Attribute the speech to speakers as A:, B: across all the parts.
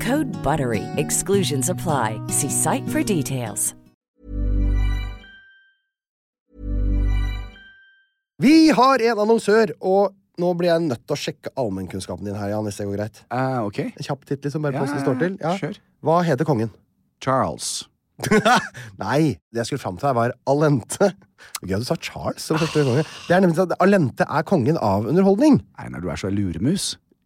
A: Code BUTTERY. Exclusions apply. See site for details.
B: Vi har en annonsør, og nå blir jeg nødt til å sjekke allmennkunnskapen din her, Jan, hvis det går greit.
C: Eh, ok.
B: En kjapp titt, liksom, bare på
C: Ja,
B: hvordan det
C: ja,
B: står til.
C: ja. Kjør.
B: Hva heter kongen?
C: Charles.
B: Nei, det jeg skulle fram til her, var Alente. Gøy at du sa Charles som første konge. Det er nemlig sånn at Alente er kongen av underholdning.
C: Einar, du er så luremus.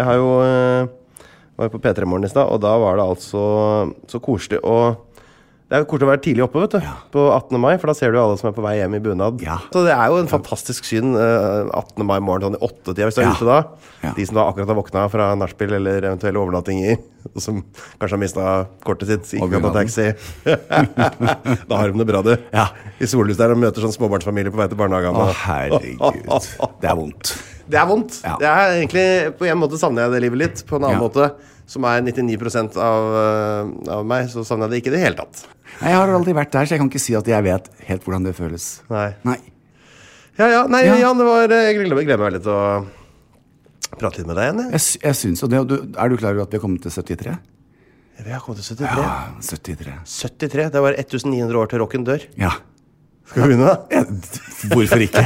D: Jeg har jo eh, var jo på P3 Morgen i stad, og da var det altså så koselig å Det er jo koselig å være tidlig oppe, vet du. På 18. mai, for da ser du alle som er på vei hjem i bunad.
C: Ja.
D: Så det er jo en fantastisk syn eh, 18. mai morgen sånn i åttetida, hvis du er
C: Ja.
D: ute da.
C: Ja.
D: De som da akkurat har våkna fra nachspiel eller eventuelle overnattinger, og som kanskje har mista kortet sitt, ikke
C: Og
D: kan ta taxi. da har de det bra, du.
C: Ja.
D: I sollyset der og møter sånn småbarnsfamilie på vei til barnehagen.
C: Å,
D: da.
C: herregud. Det er vondt.
D: Det er vondt.
C: Ja.
D: Det er egentlig, På en måte savner jeg det livet litt. På en annen
C: Ja.
D: måte, som er 99 av, øh, av meg, så savner jeg det ikke i det hele tatt.
C: Nei, Jeg har aldri vært der, så jeg kan ikke si at jeg vet helt hvordan det føles.
D: Nei.
C: Nei.
D: Ja, ja, nei,
C: Ja.
D: Jan, det var, eh, jeg gleder, gleder meg veldig til å prate litt med deg igjen. jeg.
C: Jeg, sy- jeg syns jo det. og Du, er du klar over at vi har kommet til 73?
D: Vi har kommet til 73.
C: 73.
D: 73, Det var 1900 år til rocken dør.
C: Ja.
D: Skal vi begynne, da?
C: Hvorfor ikke?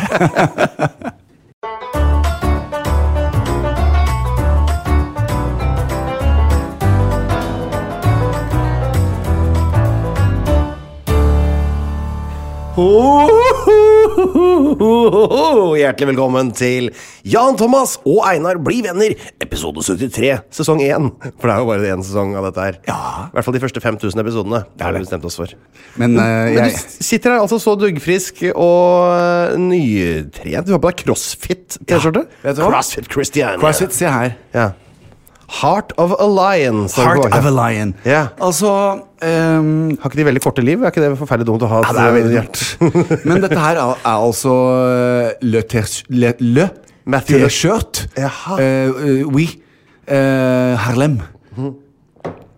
D: Ho-ho-ho-ho-ho! Hjertelig velkommen til Jan Thomas og Einar bli venner, episode 73, sesong 1. For det er jo bare én sesong av dette her.
C: Ja.
D: I hvert fall de første 5000 episodene. Det
C: er
D: har
C: det.
D: vi bestemt oss for.
C: Men, eh,
D: Men du
C: jeg,
D: s- sitter her altså så duggfrisk og eh, nytrent. Du har på deg CrossFit-T-skjorte.
C: vet du hva?
D: CrossFit Christiania.
C: CrossFit, se her.
D: Ja. Heart of a Lion. står det på
C: Heart
D: baksiden.
C: of a lion.
D: Ja.
C: Altså ehm,
D: Har ikke de veldig korte liv? Er ikke det forferdelig dumt å ha? eh,
C: Ja, det er veldig
D: dumt.
C: Altså, Men dette her er, er altså eh, Le Terche- Le, le
D: Mathieu.
C: T-shirt.
D: Jaha.
C: Eh, eh, oui. Eh, Harlem.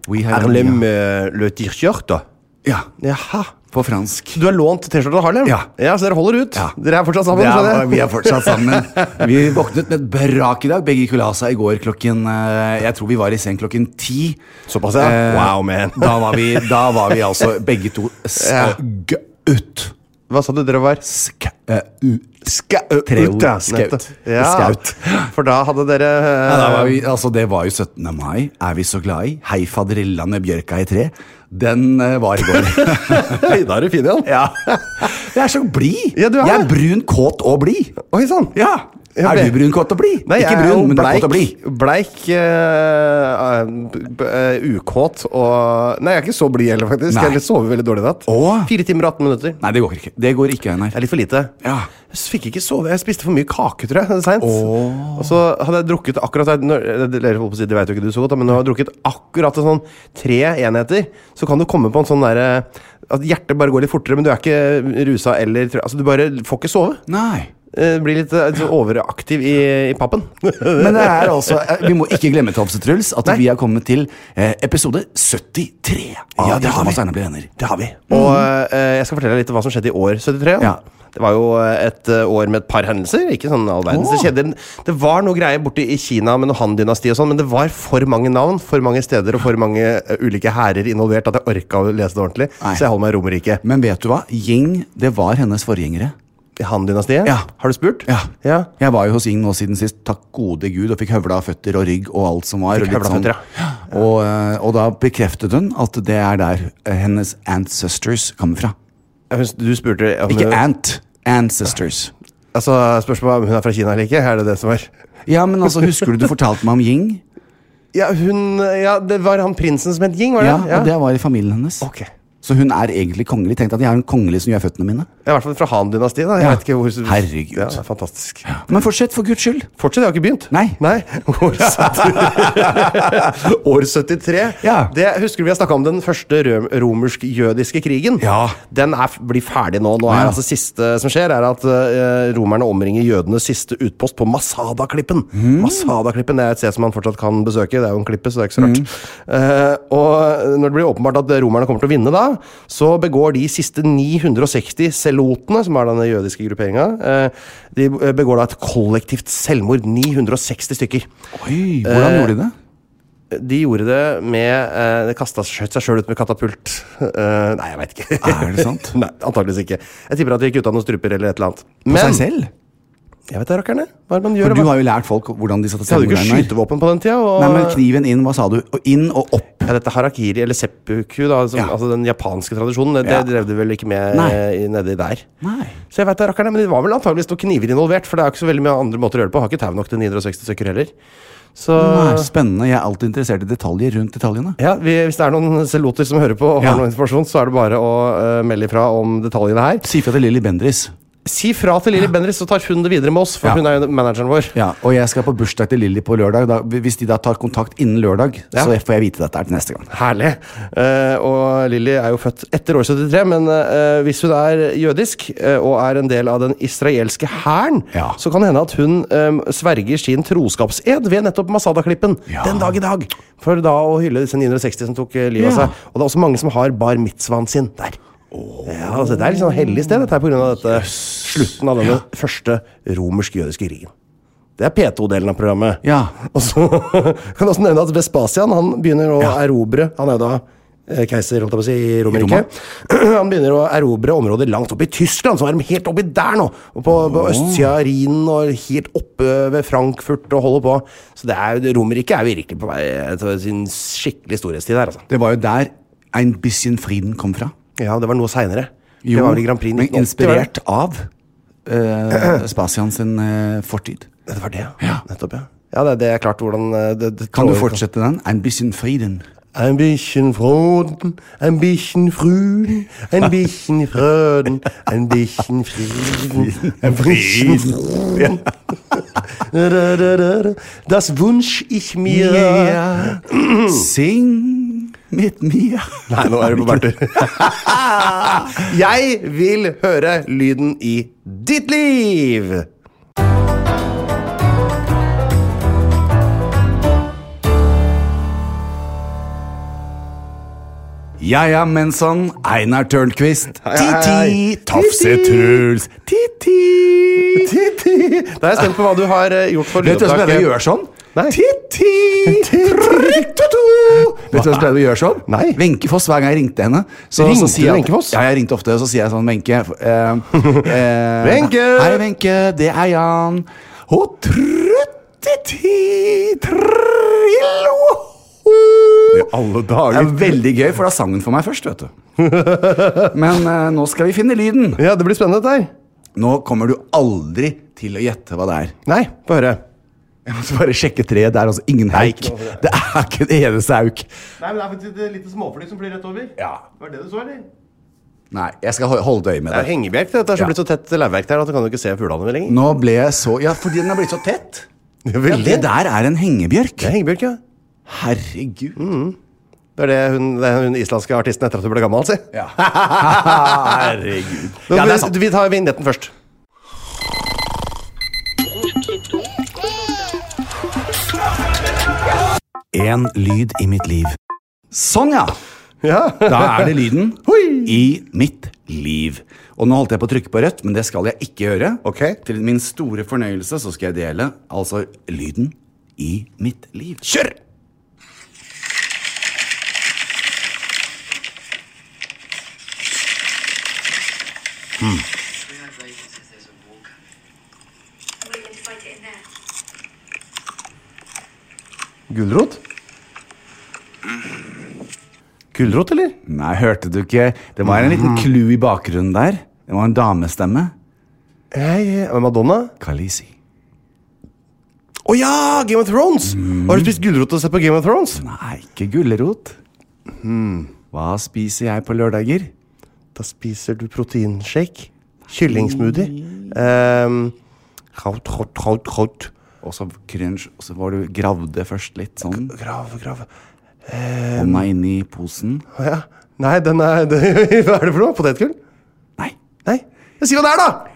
C: Oui,
D: Erlem
C: Ja.
D: eh, Le Tirkjørt, da.
C: ja.
D: Jaha.
C: På fransk.
D: Du har lånt T-skjorta av Harlem?
C: Ja.
D: Så dere holder ut?
C: Ja.
D: Dere er fortsatt sammen?
C: Det
D: skjønner
C: er,
D: jeg.
C: vi er fortsatt sammen. Vi våknet med et brak i dag. Begge kula seg i går klokken eh, Jeg tror vi var i seng klokken ti.
D: Såpass, ja?
C: Eh,
D: Wow, man.
C: Da var vi, da var vi altså begge to
D: Ja.
C: skaut.
D: Hva sa du dere var?
C: Ska, eh, u,
D: Ska
C: Treo-
D: Uta,
C: skaut.
D: nettopp. Ja,
C: Skaut.
D: For da hadde dere eh,
C: Ja, da var vi, altså, det var jo 17. mai. Er vi så glad i? Hei, faderilla med bjørka i tre. Den eh, var i går.
D: Oi, da er du fin igjen.
C: ja. Jeg er så blid!
D: Ja, du er
C: jeg er
D: det.
C: brun, kåt og blid.
D: Oi sånn. sann.
C: Ja.
D: Ja,
C: Er
D: ble-
C: du brun, kåt og blid?
D: Nei,
C: Ikke
D: jeg er jo
C: brun, men du er
D: bleik,
C: kåt og blid.
D: Bleik, eh, eh, b- b- eh, ukåt og Nei, jeg er ikke så blid heller, faktisk.
C: Nei.
D: Jeg sover veldig dårlig i natt.
C: Å?
D: Fire timer og 18 minutter.
C: Nei, det går ikke. Det går ikke, Einar.
D: Det er litt for lite.
C: Ja.
D: Jeg s- fikk ikke sove. Jeg spiste for mye kake, tror jeg. Seint. Og så hadde jeg drukket akkurat der- når- eh, det- dere holdt på å si, Det vet jo ikke du så godt, da, men når du har drukket akkurat en sånn tre enheter, så kan du komme på en sånn derre At hjertet bare går litt fortere, men du er ikke rusa eller trø- Altså, du bare får ikke sove.
C: Nei.
D: Eh, Blir litt eh, så overaktiv i, i pappen.
C: Men det er altså, eh, vi må ikke glemme Topse Truls, at
D: Nei.
C: vi har kommet til eh, episode 73 av
D: Ja, det har
C: Thomas
D: vi.
C: Einar blir venner.
D: Det har vi. Og eh, jeg skal fortelle deg litt om hva som skjedde i år 73.
C: Ja.
D: Det var jo eh, et eh, år med et par hendelser. Ikke sånn all verdens. Det,
C: Åh.
D: skjedde, en- det var noe greier borte i Kina med noe Han-dynasti og sånn, men det var for mange navn, for mange steder og for mange eh, ulike hærer involvert at jeg orka å lese det ordentlig.
C: Nei.
D: Så jeg holder meg i Romerike.
C: Men vet du hva? Ying, det var hennes forgjengere.
D: Han-dynastiet?
C: Ja.
D: Har du spurt?
C: Ja.
D: Ja.
C: Jeg var jo hos Ying nå siden sist, takk gode gud, og fikk høvla føtter og rygg og alt som var.
D: Fikk
C: og litt sånn-
D: høvla føtter,
C: og, eh, og da bekreftet hun at det er der eh, hennes ancestors kommer fra.
D: Jeg husker Du spurte om
C: Ikke
D: hun-
C: ant, ancestors.
D: Altså, Spørsmålet om hun er fra Kina eller ikke. Er det det som er
C: Ja, men altså, husker du du fortalte meg om Ying?
D: Ja, hun eh, Ja, det var han prinsen som het Ying, var det?
C: Ja, og det var i familien hennes.
D: Ok.
C: Så hun er egentlig kongelig. Tenk deg at jeg er en kongelig som gjør føttene mine.
D: Ja, I hvert fall fra Han-dynastiet. da. Jeg
C: Ja.
D: vet ikke hvor
C: Herregud.
D: Ja, det er fantastisk.
C: Men fortsett, for guds skyld.
D: Fortsett, jeg har ikke begynt.
C: Nei.
D: År 70 År 73.
C: Ja.
D: Det, husker du vi har snakka om den første røm- romersk-jødiske krigen?
C: Ja.
D: Den er, f- blir ferdig nå. Nå er
C: Ja.
D: altså siste som skjer, er at eh, romerne omringer jødenes siste utpost på Masada-klippen. Masada-klippen det er et sted som man fortsatt kan besøke. Det er jo en klippe, så det er ikke så rart. Eh, og når det blir åpenbart at romerne kommer til å vinne da, så begår de siste 960 selotene, som er denne jødiske grupperinga, eh, de eh, begår da et kollektivt selvmord. 960 stykker.
C: Oi, hvordan
D: Eh,
C: gjorde de det?
D: De gjorde det med eh, De kasta skjøt seg sjøl ut med katapult. Eh, nei, jeg veit ikke.
C: Er det sant?
D: nei, Antakeligvis ikke. Jeg tipper at de gikk ut av noen struper eller et eller annet.
C: På seg selv?
D: Jeg vet det, rakkerne. Hva er det man gjør?
C: For
D: Hva-
C: du har jo lært folk hvordan de satte
D: De hadde jo ikke
C: selvmordene.
D: skytevåpen på den tida. Og,
C: Nei, men kniven inn, hva sa du? Og inn og opp.
D: ja, dette harakiri, eller seppuku, da, som,
C: Ja.
D: altså den japanske tradisjonen, det,
C: Ja.
D: det drev de vel ikke med
C: Nei.
D: eh, nedi der.
C: Nei.
D: Så jeg vet det, rakkerne, men det var vel antageligvis noen kniver involvert, for det er jo ikke så veldig mye andre måter å gjøre det på. Har ikke tau nok til 960 stykker heller. Så
C: Nei, spennende. Jeg er alltid interessert i detaljer rundt detaljene.
D: Ja, vi, Hvis det er noen seloter som hører på og
C: Ja.
D: har noe informasjon, så er det bare å eh, melde ifra om detaljene her.
C: Si fra til Lilly Bendris.
D: Si fra til Lilly Bendriss, så tar hun det videre med oss, for
C: Ja.
D: hun er jo manageren vår.
C: Ja, og jeg skal på bursdag til Lilly på lørdag. Da, hvis de da tar kontakt innen lørdag,
D: Ja.
C: så får jeg vite dette her til neste gang.
D: Herlig. Eh, og Lilly er jo født etter år 73, men eh, hvis hun er jødisk eh, og er en del av den israelske hæren,
C: Ja.
D: så kan det hende at hun eh, sverger sin troskapsed ved nettopp Masada-klippen
C: Ja.
D: den dag i dag. For da å hylle disse 960 som tok eh, livet av
C: Ja.
D: seg. Og det er også mange som har bar mitzvahen sin der. Ja, altså, det er litt sånn hellig sted, dette her, på grunn av dette slutten av denne første romersk-jødiske krigen. Det er P2-delen av programmet.
C: Ja.
D: Og så kan jeg også nevne at Vespasian han begynner å erobre Han er jo da eh, keiser holdt jeg på å si, i Romerike. Han begynner å erobre områder langt opp i Tyskland, så er de helt oppi der nå! Og på, på østsida av Rhinen og helt oppe ved Frankfurt og holder på. Så det er, jo- Romerike er virkelig på vei til sin skikkelig storhetstid her, altså.
C: Det var jo der Ein bisschen Frieden kom fra.
D: Ja, det var noe seinere. Det
C: Jo,
D: var vel i Grand Prix
C: men
D: 1980, var det?
C: inspirert av eh, Spasian sin eh, fortid.
D: Ja, Det var det,
C: Ja.
D: Nettopp, ja. Ja, det, det er klart hvordan eh, det, det
C: Kan du
D: trår-
C: fortsette den? Ein bisschen Frieden.
D: Ein bisschen Froden, ein bisschen Früden, ein bisschen Fröden, ein bisschen Frieden, ein bisschen Frieden. Da, da, da, da, da. Das wünsch ich mir.
C: Sing mit mir.
D: Nei, nå er du på
C: Ah.
D: bærtur. Jeg vil høre lyden i ditt liv!
C: Ja ja, Mensson. Einar Tørnquist.
D: hei, hei.
C: Ti-ti. Tafse
D: Ti-ti.
C: Truls. Ti-ti.
D: Titti. Da er jeg spent på hva du har eh, gjort for
C: Vet du hva som
D: lydopptaket.
C: heter å gjøre sånn?
D: Nei.
C: Titti!
D: Titti.
C: Trikk-to-to! Vet Vet du hvem som pleide å gjøre sånn?
D: Nei.
C: Wenche Foss, hver gang jeg ringte henne. Så,
D: Ringte
C: så sier jeg
D: du
C: at-
D: Wenche Foss?
C: Ja, jeg ringte ofte, og så sier jeg sånn, Wenche eh, eh,
D: Wenche!
C: Hei, Wenche, det er Jan. Og trutti trillo
D: I alle
C: Det er
D: dager.
C: veldig gøy, for da sang hun for meg først, vet du. Men eh, nå skal vi finne lyden.
D: Ja, det blir spennende, dette her.
C: Nå kommer du aldri til å gjette hva det er.
D: Nei, få høre.
C: Jeg måtte bare sjekke treet. Det er altså ingen hauk.
D: ikke noe for det.
C: Det er ikke en eneste hauk.
D: Nei, men Det er faktisk et eh, lite småfly som flyr rett over.
C: Ja.
D: Var det det du så, eller?
C: Nei, jeg skal ho- holde øye med
D: Det er
C: det.
D: hengebjerk. Dette er så
C: Ja.
D: blitt så tett lauvverk der at du kan jo ikke se fuglene lenger.
C: Nå ble jeg så Ja, fordi den er blitt så tett.
D: Det er
C: Ja,
D: veldig-
C: det der er en hengebjørk.
D: Det er hengebjørk, ja.
C: Herregud.
D: Det er det hun, det er hun islandske artisten etter at hun ble gammel, si.
C: Ja. Herregud. Ja, det er sant.
D: Vi vi tar vignetten først.
C: Én lyd i mitt liv. Sånn, ja.
D: Ja.
C: Da er det lyden i mitt liv. Og nå holdt jeg på å trykke på rødt, men det skal jeg ikke gjøre.
D: Ok.
C: Til min store fornøyelse så skal jeg dele altså lyden i mitt liv.
D: Kjør! Gulrot? Gulrot, eller?
C: Nei, hørte du ikke? Det var en liten clue i bakgrunnen der. Det var en damestemme.
D: Hey, Madonna?
C: Kalisi.
D: Å ja! Game of Thrones! Mm. Har du spist gulrot og sett på Game of Thrones?
C: Nei, ikke gulrot.
D: Hmm.
C: Hva spiser jeg på lørdager?
D: Da spiser du proteinshake, kyllingsmoothie ehm, kraut, kraut, kraut, kraut.
C: Og så crunch, og så var du gravde først litt sånn.
D: Grav, grav.
C: Hånda inni posen.
D: Å ja. Nei, den er Hva er det for noe? Potetgull?
C: Nei.
D: Nei. Jeg sier hva det er, da!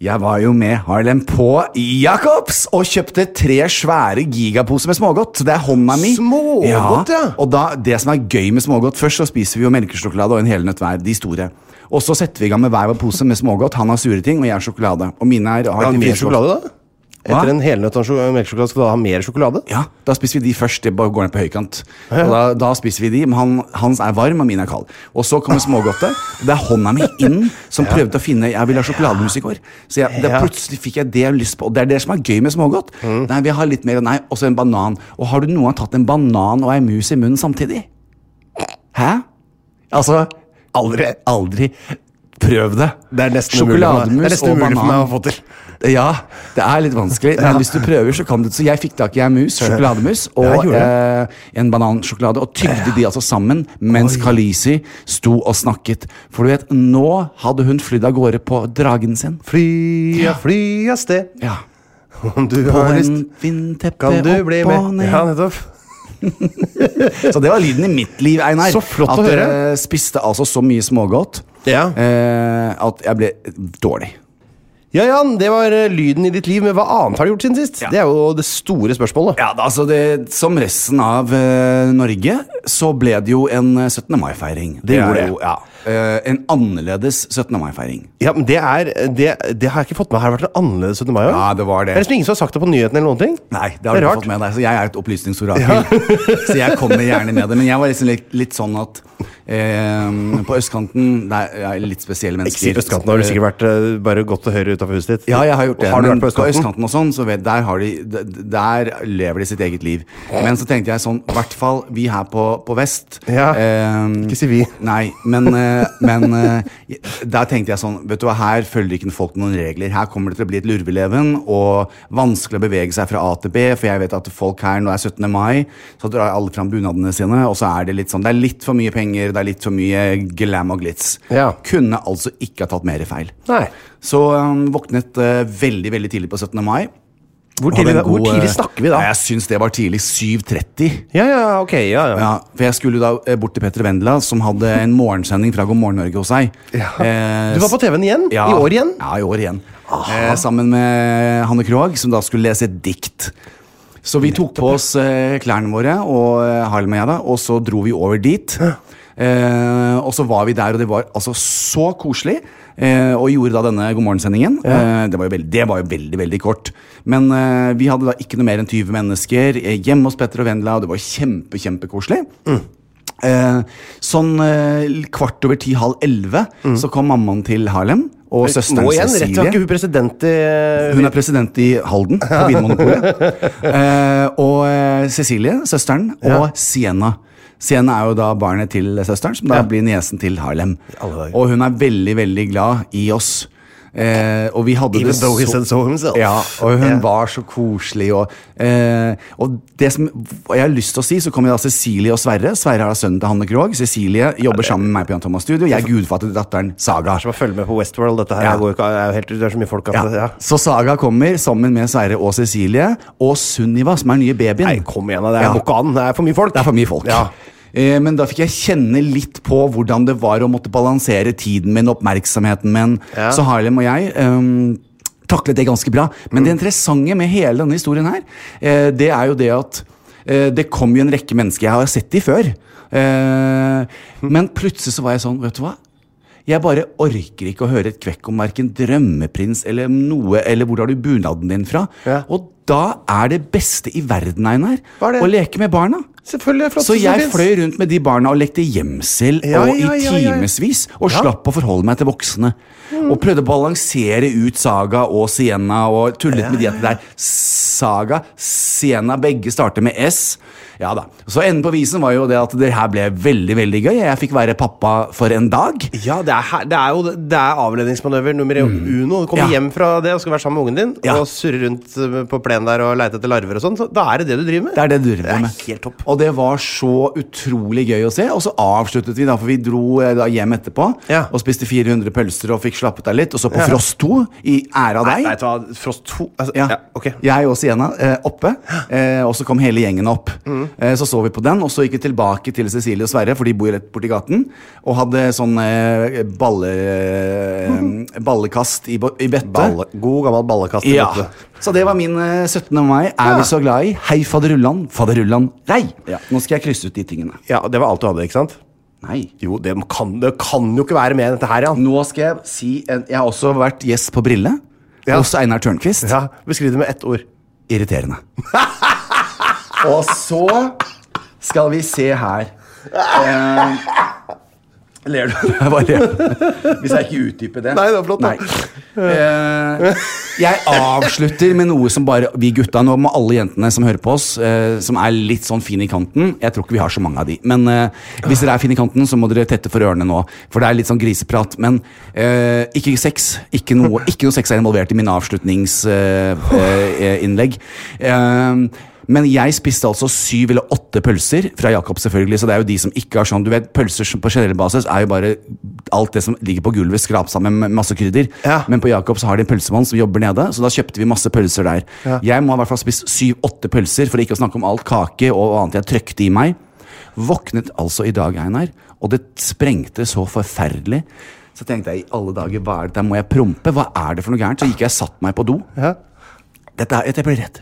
C: Jeg var jo med Harlem på Jacobs og kjøpte tre svære gigaposer med smågodt. Det er hånda mi.
D: Smågodt, ja.
C: Og da, det som er gøy med smågodt Først så spiser vi jo melkesjokolade og en helnøtt hver. De store. Og så setter vi i gang med hver vår pose med smågodt. Han har sure ting, og jeg har sjokolade. Og mine er
D: Har
C: har
D: du
C: ikke
D: mer
C: fri-
D: sjokolade, da?
C: Hva?
D: Etter en helnøtt og en melkesjokolade skal du ha mer sjokolade?
C: Ja, da spiser vi de først. Det bare går ned på høykant. Og da, da spiser vi de, men han, Hans er varm, og min er kald. Og så kommer smågodtet. Det er hånda mi inn som prøvde å finne Jeg ville ha sjokolademus i går. Så jeg, det,
D: Ja. Mm.
C: plutselig fikk jeg det jeg har lyst på. Og det er det som er gøy med smågodt. Nei, vi har litt mer, nei, Og så en banan. Og har du noen gang tatt en banan og ei mus i munnen samtidig? Hæ? Altså, aldri, aldri prøv det.
D: Det er nesten umulig for meg. Det er
C: Sjokolademus
D: nesten
C: og
D: umulig for meg
C: banan.
D: å få til.
C: Ja, det er litt vanskelig, men hvis du prøver, så kan du. Så jeg fikk tak i en mus, sjokolademus,
D: Ja, jeg
C: og
D: gjorde
C: eh, en banansjokolade, og tygde de altså sammen mens Kalisi sto og snakket. For du vet, nå hadde hun flydd av gårde på dragen sin.
D: Fly, ja, fly av sted.
C: Ja.
D: Om du
C: På
D: har
C: en
D: lyst,
C: vindteppe
D: kan du
C: opp
D: bli
C: og
D: med.
C: ned.
D: Ja, nettopp.
C: Så det var lyden i mitt liv, Einar.
D: Så flott
C: at
D: å høre.
C: jeg spiste altså så mye smågodt
D: Ja.
C: eh, at jeg ble dårlig.
D: ja, Jan, det var eh, lyden i ditt liv. Men hva annet har du gjort siden sist?
C: Ja.
D: Det er jo det store spørsmålet.
C: Ja, da, altså det, Som resten av eh, Norge så ble det jo en eh, 17. mai-feiring. Det,
D: gjorde
C: er
D: det.
C: Jo, ja, eh, en annerledes 17. mai-feiring.
D: Ja, men det er Det, det har jeg ikke fått med. Har det vært en annerledes 17. mai? også?
C: Ja, det var det.
D: Er det liksom ingen som har sagt det på nyhetene eller noen ting?
C: Nei, det har du ikke
D: rart.
C: fått med deg, så jeg er et opplysningsorakel. så jeg kommer gjerne med det. Men jeg var liksom litt, litt sånn at eh, på østkanten Det er jeg er litt spesielle
D: Ikke si
C: mennesker.
D: østkanten, har du sikkert vært eh, bare gått til høyre utafor huset ditt?
C: Ja, jeg har gjort det.
D: Har du
C: men
D: vært på østkanten?
C: og sånn, så vet, der, har de, d- d- der lever de sitt eget liv. Men så tenkte jeg sånn, i hvert fall vi her på, på vest
D: Ja,
C: ehm,
D: ikke si vi.
C: Nei, men, eh, men eh, der tenkte jeg sånn, vet du hva, her følger ikke folk noen regler. Her kommer det til å bli et lurveleven og vanskelig å bevege seg fra A til B, for jeg vet at folk her, når det er 17. mai, så drar alle fram bunadene sine, og så er det litt sånn, det er litt for mye penger, det er litt for mye glam og glitz.
D: Ja.
C: Kunne altså ikke ha tatt mer feil.
D: Nei.
C: Så um, våknet eh, veldig veldig tidlig på 17. mai.
D: Hvor tidlig,
C: Hadde en
D: hvor
C: god, eh,
D: tidlig snakker vi da?
C: Nei, jeg syns det var tidlig. 7.30.
D: Ja, ja, ok. Ja, ja.
C: Ja, for jeg skulle da eh, bort til Petter Vendela, som hadde en morgensending fra God morgen Norge hos seg. Eh,
D: Du var på TV-en igjen?
C: ja.
D: I år igjen? Ah.
C: Ja, i år igjen. Eh, sammen med Hanne Krogh, som da skulle lese et dikt. Så vi tok på oss eh, klærne våre, og eh, Harlem og jeg, da, og så dro vi over dit. Eh, og så var vi der, og det var altså så koselig. eh, og gjorde da denne God morgen-sendingen. Eh, det, var jo veldig- det var jo veldig, veldig kort. Men eh, vi hadde da ikke noe mer enn 20 mennesker eh, hjemme hos Petter og Vendela, og det var kjempe, kjempekoselig.
D: Mm.
C: Eh, sånn eh, kvart over ti, halv elleve, så kom mammaen til Harlem. Og søsteren
D: Mm. Nå igjen, rett
C: Cecilie.
D: og slett ikke hun president eh, i
C: Hun er president i Halden, på Vinmonopolet. Eh, og eh, Cecilie, søsteren, og Sienna. Sienna er jo da barnet til søsteren, som da blir niesen til Harlem.
D: alle dager.
C: Og hun er veldig, veldig glad i oss. Eh, og vi hadde
D: Even
C: det
D: though he
C: så-
D: said so himself.
C: Ja, og hun
D: Ja.
C: var så koselig. Og, eh, og det som og jeg har lyst til å si, så kommer da Cecilie og Sverre. Sverre er da sønnen til Hanne Krogh. Cecilie jobber sammen med meg på Jan Thomas Studio. Jeg er gudfar til datteren Saga.
D: Som å følge med på Westworld. Dette her
C: Ja.
D: går jo ikke, det er jo helt, det er så mye folk at
C: Ja.
D: ja.
C: Så Saga kommer sammen med Sverre og Cecilie og Sunniva, som er den nye babyen.
D: Nei, kom igjen, da. Det
C: Ja.
D: er- går ikke an. Det er for mye folk.
C: Det er for mye folk.
D: Ja.
C: Eh, Men da fikk jeg kjenne litt på hvordan det var å måtte balansere tiden min, oppmerksomheten min.
D: Ja.
C: Så Harlem og jeg ehm, taklet det ganske bra. Men
D: Mm.
C: det interessante med hele denne historien her, eh, det er jo det at eh, det kom jo en rekke mennesker. Jeg har sett de før. Eh, men plutselig så var jeg sånn, vet du hva? Jeg bare orker ikke å høre et kvekk om verken drømmeprins eller noe, eller hvor har du bunaden din fra?
D: Ja.
C: Og da er det beste i verden, Einar,
D: Hva er det?
C: å leke med barna.
D: Selvfølgelig. det
C: Så
D: flotteste som
C: jeg
D: finnes.
C: fløy rundt med de barna og lekte gjemsel
D: Ja,
C: og
D: ja,
C: i
D: ja, ja.
C: timevis. Og slapp å forholde meg til voksne. Og prøvde å balansere ut Saga og Sienna og tullet med de at det der Saga, Sienna, begge starter med S. Ja da. Så enden på visen var jo det at det her ble veldig veldig gøy. Jeg fikk være pappa for en dag.
D: Ja, det er, her- det er jo det er avledningsmanøver nummer uno. Kommer
C: Ja.
D: hjem fra det og skal være sammen med ungen din,
C: Ja.
D: og surre rundt eh, på plenen der og leite etter larver og sånn, så da er det det du driver med.
C: Det er det du driver med.
D: helt topp.
C: Og det var så utrolig gøy å se. Og så avsluttet vi, da, for vi dro eh, da hjem etterpå
D: Ja.
C: og spiste 400 pølser og fikk slappet av litt. Og så på Frost 2, i ære av
D: Nei,
C: deg.
D: vet du hva, Frost 2 altså,
C: Ja.
D: ja. ok.
C: Jeg og Sienna eh, oppe, eh, og så kom hele gjengen opp.
D: Mm.
C: Eh, så så vi på den, og så gikk vi tilbake til Cecilie og Sverre, for de bor jo rett borti gaten, og hadde sånn eh, balle, eh, ballekast i, bo- i bøtte.
D: Balle, god gammel ballekast. i
C: Ja.
D: dette.
C: Så det var min eh, 17. mai. Er vi så glad i? Hei, faderullan, faderullan, rei! Nå skal jeg krysse ut de tingene.
D: ja, det var alt du hadde, ikke sant?
C: Nei.
D: Jo, det kan, det kan jo ikke være mer enn dette her, Jan.
C: Nå skal jeg si en, Jeg har også vært gjest på Brille.
D: Ja.
C: Hos Einar Tørnquist.
D: Ja, Beskriv det med ett ord.
C: Irriterende. Og så skal vi se her Eh, Ler du? Jeg bare ler. Hvis jeg ikke utdyper det.
D: Nei, det var flott, da.
C: Nei. Eh, jeg avslutter med noe som bare vi gutta Nå må alle jentene som hører på oss, eh, som er litt sånn fine i kanten Jeg tror ikke vi har så mange av de. Men eh, hvis dere er fine i kanten, så må dere tette for ørene nå. For det er litt sånn griseprat. Men eh, ikke sex. Ikke noe, ikke noe sex er involvert i eh, mine avslutningsinnlegg. men jeg spiste altså syv eller åtte pølser fra Jakob, selvfølgelig. Så det er jo de som ikke har sånn Du vet, pølser som på generell basis er jo bare alt det som ligger på gulvet, skrapt sammen med masse krydder.
D: Ja.
C: Men på Jakob så har de en pølsemann som jobber nede, så da kjøpte vi masse pølser der. Jeg må ha i hvert fall spist syv-åtte pølser, for ikke å snakke om alt kake og annet jeg trøkte i meg. Våknet altså i dag, Einar, og det sprengte så forferdelig. Så tenkte jeg i alle dager, hva er det der må jeg prompe? Hva er det for noe gærent? Så gikk jeg og satte meg på do.
D: Ja.
C: Dette, er- jeg ble redd.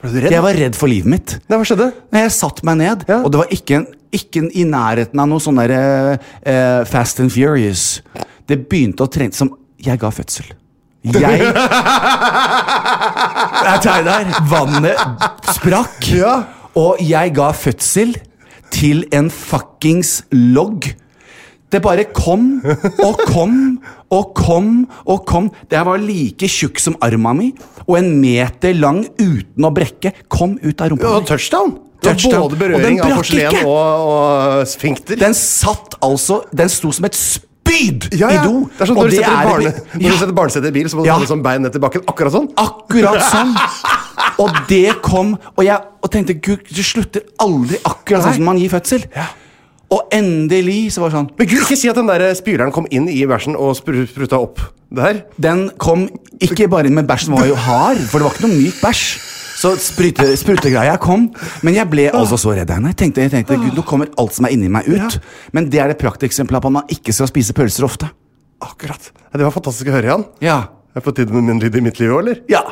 D: Ble du redd?
C: Jeg var redd for livet mitt.
D: Nei, hva skjedde?
C: Nei, Jeg satt meg ned,
D: Ja.
C: og det var ikke, en, ikke en, i nærheten av noe sånn der eh, eh, Fast and Furious. Det begynte å trene som Jeg ga fødsel. Jeg Jeg tar der. Vannet sprakk.
D: Ja.
C: Og jeg ga fødsel til en fuckings logg. Det bare kom og kom og kom og kom. Det var like tjukk som arma mi, og en meter lang uten å brekke. Kom ut av
D: Det
C: rumpa.
D: var
C: mi.
D: touchdown! Det var
C: Touchdown.
D: Både
C: Og den
D: berøring av
C: brakk
D: porselen
C: ikke.
D: og, og sfinkter.
C: Den satt altså Den sto som et spyd
D: ja, ja.
C: i do.
D: Det er sånn,
C: og
D: når du
C: det
D: setter,
C: er-
D: barne, når du setter barnesetet i bil, så må du
C: Ja.
D: holde sånn bein ned til bakken. Akkurat sånn.
C: Akkurat sånn. Og det kom, og jeg og tenkte Gud, det slutter aldri akkurat sånn som man gir fødsel. Og endelig så var det sånn
D: Men gud, ikke si at den der spyleren kom inn i bæsjen og spru- spruta opp der.
C: Den kom ikke bare inn, men bæsjen var jo hard, for det var ikke noe myk bæsj. Så sprute, sprutegreia kom, men jeg ble altså så redd. Henne. Jeg tenkte, jeg tenkte Gud, nå kommer alt som er inni meg, ut. Men det er det prakteksempelet på at man ikke skal spise pølser ofte.
D: Akkurat. Ja, det var fantastisk å høre, Jan.
C: Ja.
D: Er det på tide med min lyd i mitt liv òg, eller?
C: ja.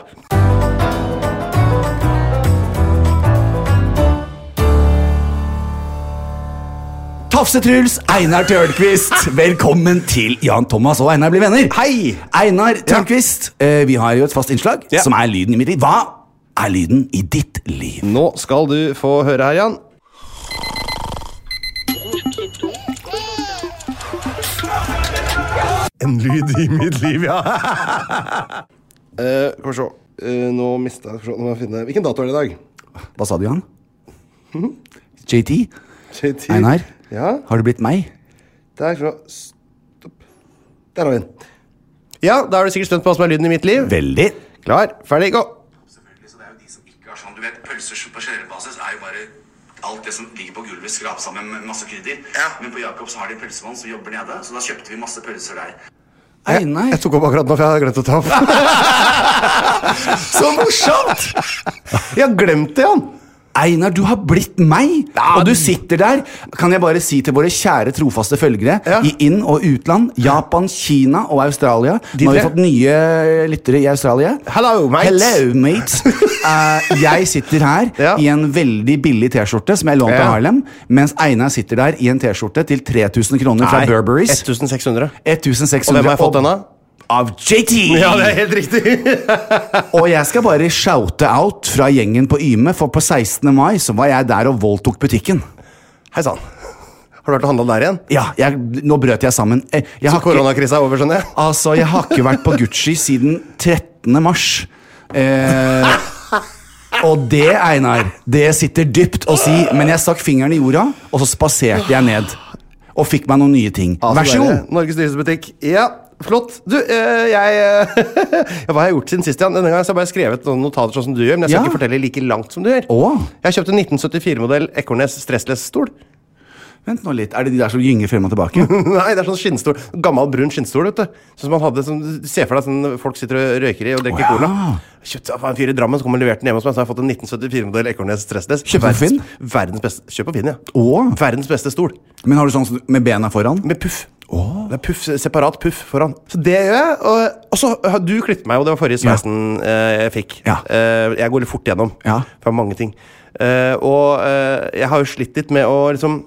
C: Ta Tafse-Truls, Einar Tørnquist. Velkommen til Jan Thomas og Einar blir venner.
D: Hei!
C: Einar Tørnquist, eh, vi har jo et fast innslag
D: Ja.
C: som er lyden i mitt liv. Hva er lyden i ditt liv?
D: Nå skal du få høre her, Jan. En lyd i mitt liv, ja. Eh, Skal vi se. Eh, nå mista jeg skal vi se, Nå må jeg finne Hvilken dato er det i dag?
C: Hva sa du, Jan?
D: Mhm.
C: JT?
D: JT.
C: Einar?
D: Ja,
C: Har det blitt meg?
D: der skal vi se. Stopp. Der har vi den. Ja, da er du sikkert spent på hva som er lyden i mitt liv.
C: Veldig.
D: Klar, ferdig, gå!
E: Selvfølgelig, så det er jo de som ikke har sånn, du vet, Pølser på generell basis er jo bare alt det som ligger på gulvet, skrapt sammen med masse krydder. Men på Jakob så har de pølsemann som jobber nede, så da kjøpte vi masse pølser der.
C: Einar.
D: Jeg tok opp akkurat nå, for jeg hadde glemt å ta opp.
C: Så morsomt!
D: Jeg har glemt det, Jan!
C: Einar, du har blitt meg! Og du sitter der. Kan jeg bare si til våre kjære trofaste følgere
D: Ja.
C: i inn- og utland, Japan, Kina og Australia
D: De
C: Nå har vi
D: tre.
C: fått nye lyttere i Australia.
D: Hello, mates.
C: Hello, mates. Eh, jeg sitter her
D: Ja.
C: i en veldig billig T-skjorte som jeg lånte
D: Ja.
C: av Harlem, mens Einar sitter der i en T-skjorte til 3000 kroner fra
D: Nei,
C: Burberries.
D: 1600.
C: 1600
D: Og hvem har jeg fått den av?
C: Av JT!
D: helt riktig.
C: Og jeg skal bare shoute out fra gjengen på Yme, for på 16. mai så var jeg der og voldtok butikken.
D: Hei sann. Har du vært og handla der igjen?
C: Ja, jeg, nå brøt jeg sammen. Eh, Jeg
D: Så
C: har, ikke,
D: koronakrisa er over, skjønner jeg.
C: altså, jeg har ikke vært på Gucci siden 13. mars. Eh, og det, Einar, det sitter dypt å si, men jeg stakk fingeren i jorda, og så spaserte jeg ned. Og fikk meg noen nye ting.
D: Altså,
C: Vær så
D: dere,
C: god!
D: Norges dyreste butikk. Ja, flott. Du, eh, jeg eh, ja, Hva har jeg gjort siden sist? Jan? Denne gangen så har jeg bare skrevet noen notater sånn som du gjør, men jeg skal
C: Ja.
D: ikke fortelle like langt som du gjør.
C: Å.
D: Jeg kjøpte 1974-modell Ekornes stressless-stol.
C: Vent nå litt, Er det de der som gynger frem og tilbake?
D: Nei, det er sånn skinnstol. Gammel, brun skinnstol. vet du. Sånn som man hadde, sånn, Se for deg sånn folk sitter og røyker i og drikker
C: Å, ja.
D: cola. Kjøpte av en fyr i Drammen, så kom han og leverte den hjemme hos meg. Så har jeg fått en 1974-modell Ekornes Stressless.
C: Kjøpt på
D: Verdens-
C: Finn?
D: Verdens beste, kjøp på Finn, ja.
C: Å.
D: Verdens beste stol.
C: Men har du sånn som- med bena foran?
D: Med puff. Det er puff, separat puff foran. Så det gjør jeg. Og, og så har du klippet meg, og det var forrige
C: Ja.
D: sveisen eh, jeg fikk.
C: Ja.
D: Eh, jeg går litt fort gjennom,
C: Ja.
D: for det er mange ting. Eh, og eh, jeg har jo slitt litt med å liksom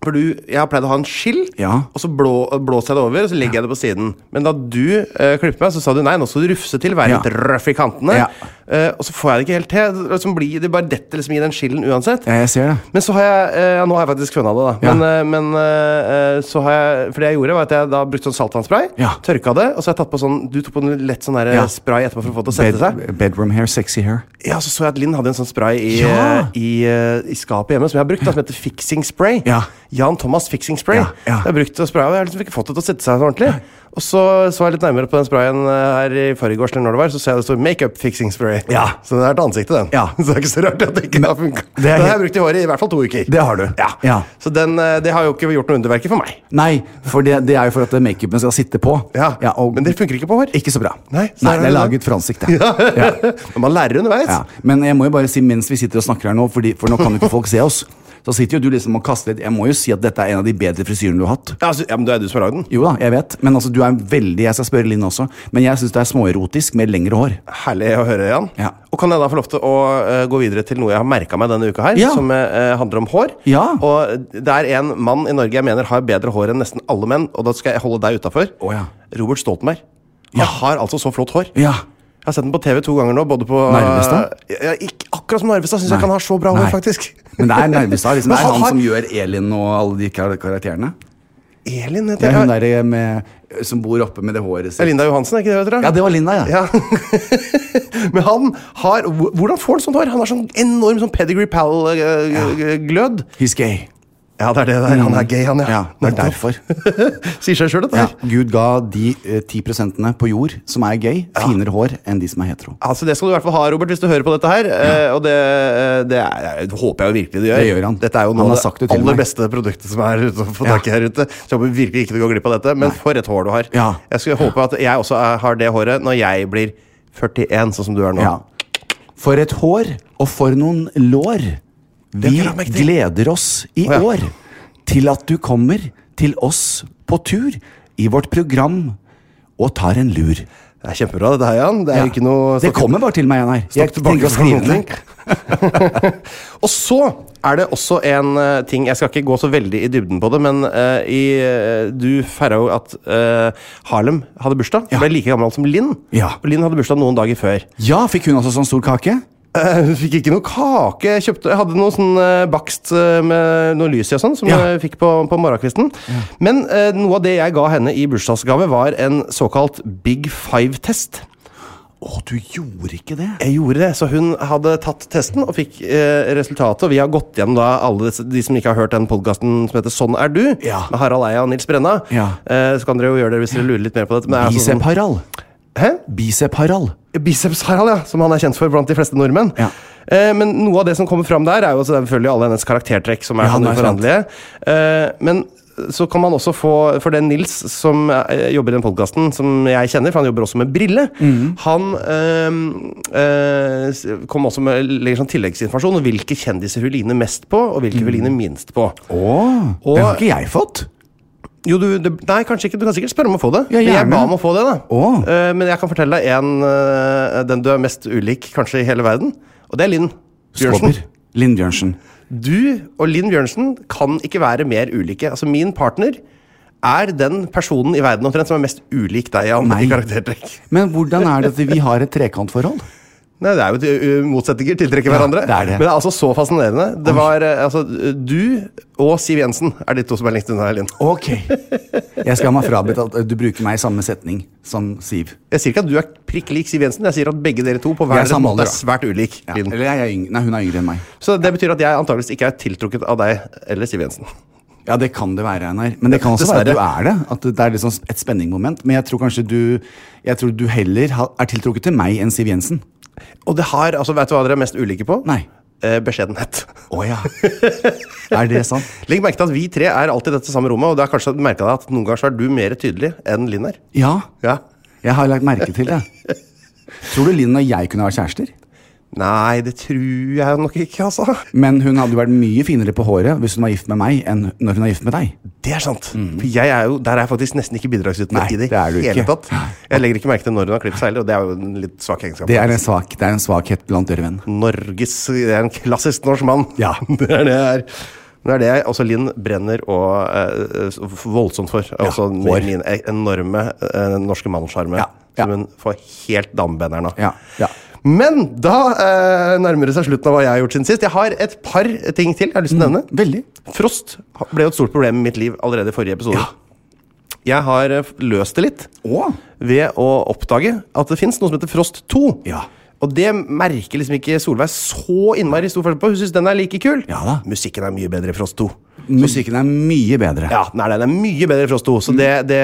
D: for du, Jeg har pleid å ha en skill,
C: Ja.
D: og så blå, blåser jeg det over. Og så legger jeg det på siden Men da du eh, klippet meg, så sa du nei, nå skal du rufse til. Være
C: Ja.
D: litt røff i kantene.
C: Ja.
D: Eh, og så får jeg det ikke helt til. Det, liksom blir, det bare detter liksom i den skillen uansett.
C: Ja, jeg ser det.
D: Men så har jeg eh, Ja, nå har jeg faktisk funnet det, da.
C: Ja.
D: Men, eh, men eh, eh, så har jeg For det jeg gjorde, var at jeg da brukte sånn saltvannspray.
C: Ja.
D: Tørka det, og så har jeg tatt på sånn Du tok på en lett sånn der, eh,
C: Ja.
D: spray etterpå for å få det til å
C: Bed,
D: sette seg.
C: bedroom hair, sexy hair.
D: Ja, så så jeg at Linn hadde en sånn spray i,
C: Ja.
D: eh, i, eh, i skapet hjemme som jeg har brukt, da, som heter Fixing Spray.
C: Ja.
D: Jan Thomas Fixing Spray.
C: Ja, ja.
D: Jeg har brukt og spraya, og jeg har liksom ikke fått det til å sette seg sånn ordentlig. Og så så jeg litt nærmere på den sprayen eh, her i forgårs, eller når det var, så ser jeg det står Makeup Fixing Spray.
C: Ja.
D: Så den er til ansiktet, den.
C: Ja.
D: Så det er ikke så rart at det ikke har funka.
C: Det er
D: Den har
C: helt-
D: jeg brukt i håret i hvert fall to uker.
C: Det har du.
D: Ja.
C: Ja.
D: Så den, eh, det har jo ikke gjort noe underverker for meg.
C: Nei, for det, det er jo for at makeupen skal sitte på.
D: Ja,
C: og,
D: Men det funker ikke på hår.
C: ikke så bra.
D: Nei, så der er
C: det er
D: det da.
C: laget for ansiktet. Ja.
D: Men man lærer underveis.
C: Ja. Men jeg må jo bare si mens vi sitter og snakker her nå, fordi, for nå kan jo ikke folk se oss. Så sitter jo du liksom og kaster litt Jeg må jo si at dette er en av de bedre frisyrene du har hatt.
D: Ja, altså, ja, men det er du som har lagd den.
C: Jo da, jeg vet, men altså du er veldig Jeg skal spørre Linn også, men jeg syns det er småerotisk med lengre hår.
D: Herlig å høre, Jan.
C: Ja.
D: Og kan jeg da få lov til å eh, gå videre til noe jeg har merka meg denne uka her,
C: Ja.
D: som eh, handler om hår?
C: Ja.
D: Og det er en mann i Norge jeg mener har bedre hår enn nesten alle menn, og da skal jeg holde deg utafor.
C: Å, ja.
D: Robert Stoltenberg. Han har altså så flott hår.
C: Ja.
D: Jeg har sett den på TV to ganger nå, både på
C: Narvestad?
D: Ja, ikke, akkurat som Narvestad syns jeg
C: Nei.
D: kan ha så bra hår,
C: Nei.
D: faktisk.
C: Men det er nærmest da, liksom,
D: Men
C: det er
D: han
C: han
D: har-
C: som gjør Elin og alle de kar- karakterene.
D: Elin
C: Det
D: heter
C: er hun
D: jeg.
C: der eh, med, som bor oppe med det håret
D: Det er
C: sitt.
D: Linda Johansen, er ikke det, vet dere?
C: Ja, det var Linda, ja.
D: Ja. Men han har hvor- Hvordan får han sånt hår? Han har sånn enorm sånn Pedigree eh, Pal-glød.
C: He's gay.
D: Ja, det er det der. Mm. Han er gay, han, ja.
C: Ja, det er derfor.
D: Sier seg sjøl, dette
C: Ja,
D: her.
C: Gud ga de eh, ti prosentene på jord som er gay, finere hår enn de som er hetero.
D: Altså, det skal du i hvert fall ha, Robert, hvis du hører på dette her. Eh, og det, eh, det, er, det håper jeg jo virkelig du gjør.
C: Det gjør han.
D: Dette er jo
C: Han
D: noe
C: har
D: av
C: sagt
D: det,
C: det til
D: aller
C: meg.
D: beste produktet som er ute å få
C: Ja.
D: tak i her ute. Så jeg håper virkelig ikke du går glipp av dette. Men for et hår du har.
C: Ja.
D: Jeg skulle håpe at jeg også er, har det håret når jeg blir 41, sånn som du er nå.
C: Ja. For et hår, og for noen lår. Vi
D: Det er bra, Mektig.
C: gleder oss i
D: Å, ja.
C: år til at du kommer til oss på tur i vårt program og tar en lur.
D: Det er kjempebra, dette her, Jan. Det er jo ikke noe
C: det kommer bare til meg igjen her.
D: Jeg
C: Snakk
D: tilbake
C: tilbake
D: fra
C: skrivende.
D: noen ting. og så er det også en eh, ting Jeg skal ikke gå så veldig i dybden på det, men eh, i, eh, du feira jo at eh, Harlem hadde bursdag.
C: Ja.
D: Ble like gammel som Linn.
C: Ja.
D: Og Linn hadde bursdag noen dager før.
C: Ja, fikk hun også sånn stor kake?
D: Eh, Hun fikk ikke noe kake. Jeg, kjøpte, jeg hadde noe sånn eh, bakst eh, med noe lys i og sånn, som
C: Ja.
D: jeg fikk på, på morgenkvisten. Men eh, noe av det jeg ga henne i bursdagsgave, var en såkalt Big Five-test.
C: Å, du gjorde ikke det?
D: Jeg gjorde det, så hun hadde tatt testen og fikk eh, resultatet. Og vi har gått gjennom da alle disse, de som ikke har hørt den podkasten som heter Sånn er du,
C: Ja.
D: med Harald Eia og Nils Brenna.
C: Ja.
D: Eh, så kan dere jo gjøre det hvis dere lurer litt mer på dette. men det er altså sånn-
C: Bicep-Harald.
D: Hæ?
C: Bicep-Harald.
D: Biceps Harald, ja, som han er kjent for blant de fleste nordmenn.
C: Ja.
D: Eh, men noe av det som kommer fram der, er jo også selvfølgelig alle hennes karaktertrekk som er
C: Ja,
D: sånn
C: nå er jeg spent.
D: uforanderlige. Eh, men så kan man også få For den Nils som eh, jobber i den podkasten, som jeg kjenner, for han jobber også med brille,
C: Mm.
D: han eh, eh, s- kom også med legger sånn tilleggsinformasjon om hvilke kjendiser hun ligner mest på, og hvilke hun ligner minst på.
C: Mm. Å,
D: Og-
C: den har ikke jeg fått.
D: Jo, du, det, nei, kanskje ikke. Du kan sikkert spørre om å få det.
C: Ja,
D: Men jeg
C: gjerne.
D: ba om å få det, da.
C: Åh.
D: Eh, men jeg kan fortelle deg en eh, den du er mest ulik kanskje i hele verden. Og det er Linn Bjørnsen.
C: Slobber. Linn Bjørnsen.
D: Du og Linn Bjørnsen kan ikke være mer ulike. Altså, min partner er den personen i verden omtrent som er mest ulik deg av
C: Nei.
D: i karaktertrekk.
C: Men hvordan er det at vi har et trekantforhold?
D: Nei, det er jo t- ø, motsetninger. Tiltrekker
C: Ja,
D: hverandre.
C: det er det.
D: Men det er altså så fascinerende. Det var eh, altså Du og Siv Jensen er de to som er lengst unna, Linn.
C: Ok. Jeg skal ha meg frabedt at eh, du bruker meg i samme setning som Siv.
D: Jeg sier ikke at du er prikk lik Siv Jensen, jeg sier at begge dere to på
C: Vi
D: hver deres
C: er samme
D: måte
C: alder,
D: er svært ulik.
C: Ja.
D: Linn.
C: Eller jeg er yngre. Nei, hun er yngre enn meg.
D: Så det betyr at jeg antakeligvis ikke er tiltrukket av deg eller Siv Jensen.
C: Ja, det kan det være, Einar. Men det kan også være at du er det. At det er liksom et spenningmoment. Men jeg tror kanskje du Jeg tror du heller ha- er tiltrukket til meg enn Siv Jensen.
D: Og det har, altså vet du hva dere er mest ulike på?
C: Nei.
D: Eh, beskjedenhet.
C: Å ja. Er det sant?
D: Legg merke til at vi tre er alltid i dette samme rommet, og du har kanskje merket deg at noen ganger så er du mer tydelig enn Linn er.
C: Ja.
D: Ja.
C: Jeg har lagt merke til det. Tror du Linn og jeg kunne vært kjærester?
D: Nei, det tror jeg nok ikke, altså.
C: Men hun hadde vært mye finere på håret hvis hun var gift med meg enn når hun er gift med deg.
D: Det er sant. For jeg er jo, der er jeg faktisk nesten ikke bidragsytende
C: Mm. Nei,
D: i det,
C: det er du
D: hele
C: ikke.
D: tatt. Jeg legger ikke merke til når hun har klippet seg heller, og det er jo en litt svak egenskap.
C: Det er en, svak, det er en svakhet blant dere venn.
D: Norges Det er en klassisk norsk mann.
C: Ja.
D: Det er det jeg er. Det er det jeg også Linn brenner og eh, eh, voldsomt for. Også
C: hår.
D: med min enorme eh, norske mannssjarme.
C: Ja, ja.
D: Som hun får helt dambenderen av.
C: Ja, ja.
D: Men da eh, nærmer det seg slutten av hva jeg har gjort siden sist. Jeg har et par ting til jeg har lyst til å nevne.
C: Veldig.
D: Frost ble jo et stort problem i mitt liv allerede i forrige episode.
C: Ja.
D: Jeg har eh, løst det litt
C: Å?
D: ved å oppdage at det fins noe som heter Frost 2.
C: Ja.
D: Og det merker liksom ikke Solveig så innmari stor forskjell på. Hun syns den er like kul.
C: Ja da.
D: Musikken er mye bedre i Frost 2.
C: Musikken er mye bedre.
D: Ja, nei, nei, den er mye bedre i Frost 2,
C: Mm.
D: så det, det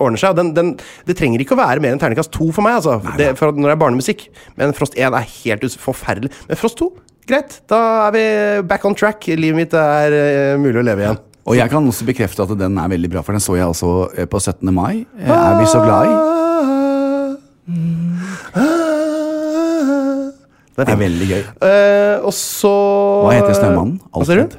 D: ordner seg. Og Den, den, det trenger ikke å være mer enn terningkast 2 for meg, altså, det, for at når det er barnemusikk. Men Frost 1 er helt us- forferdelig. Men Frost 2, greit. Da er vi back on track. Livet mitt er eh, mulig å leve igjen.
C: Og jeg kan også bekrefte at den er veldig bra, for den så jeg også eh, på 17. mai. Eh, Er vi så glad i?
D: Det
C: Det
D: er
C: er
D: fint.
C: veldig gøy.
D: Eh, og så
C: Hva heter snømannen?
D: Hva sier du?
C: Alfred.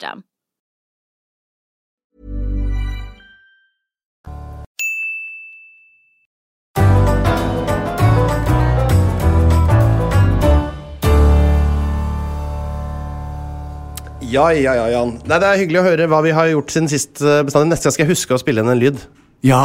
D: Ja, ja, ja, Jan. Nei, det er hyggelig å høre hva vi har gjort siden sist. eh, bestandig. Neste gang skal jeg huske å spille inn en lyd.
C: Ja,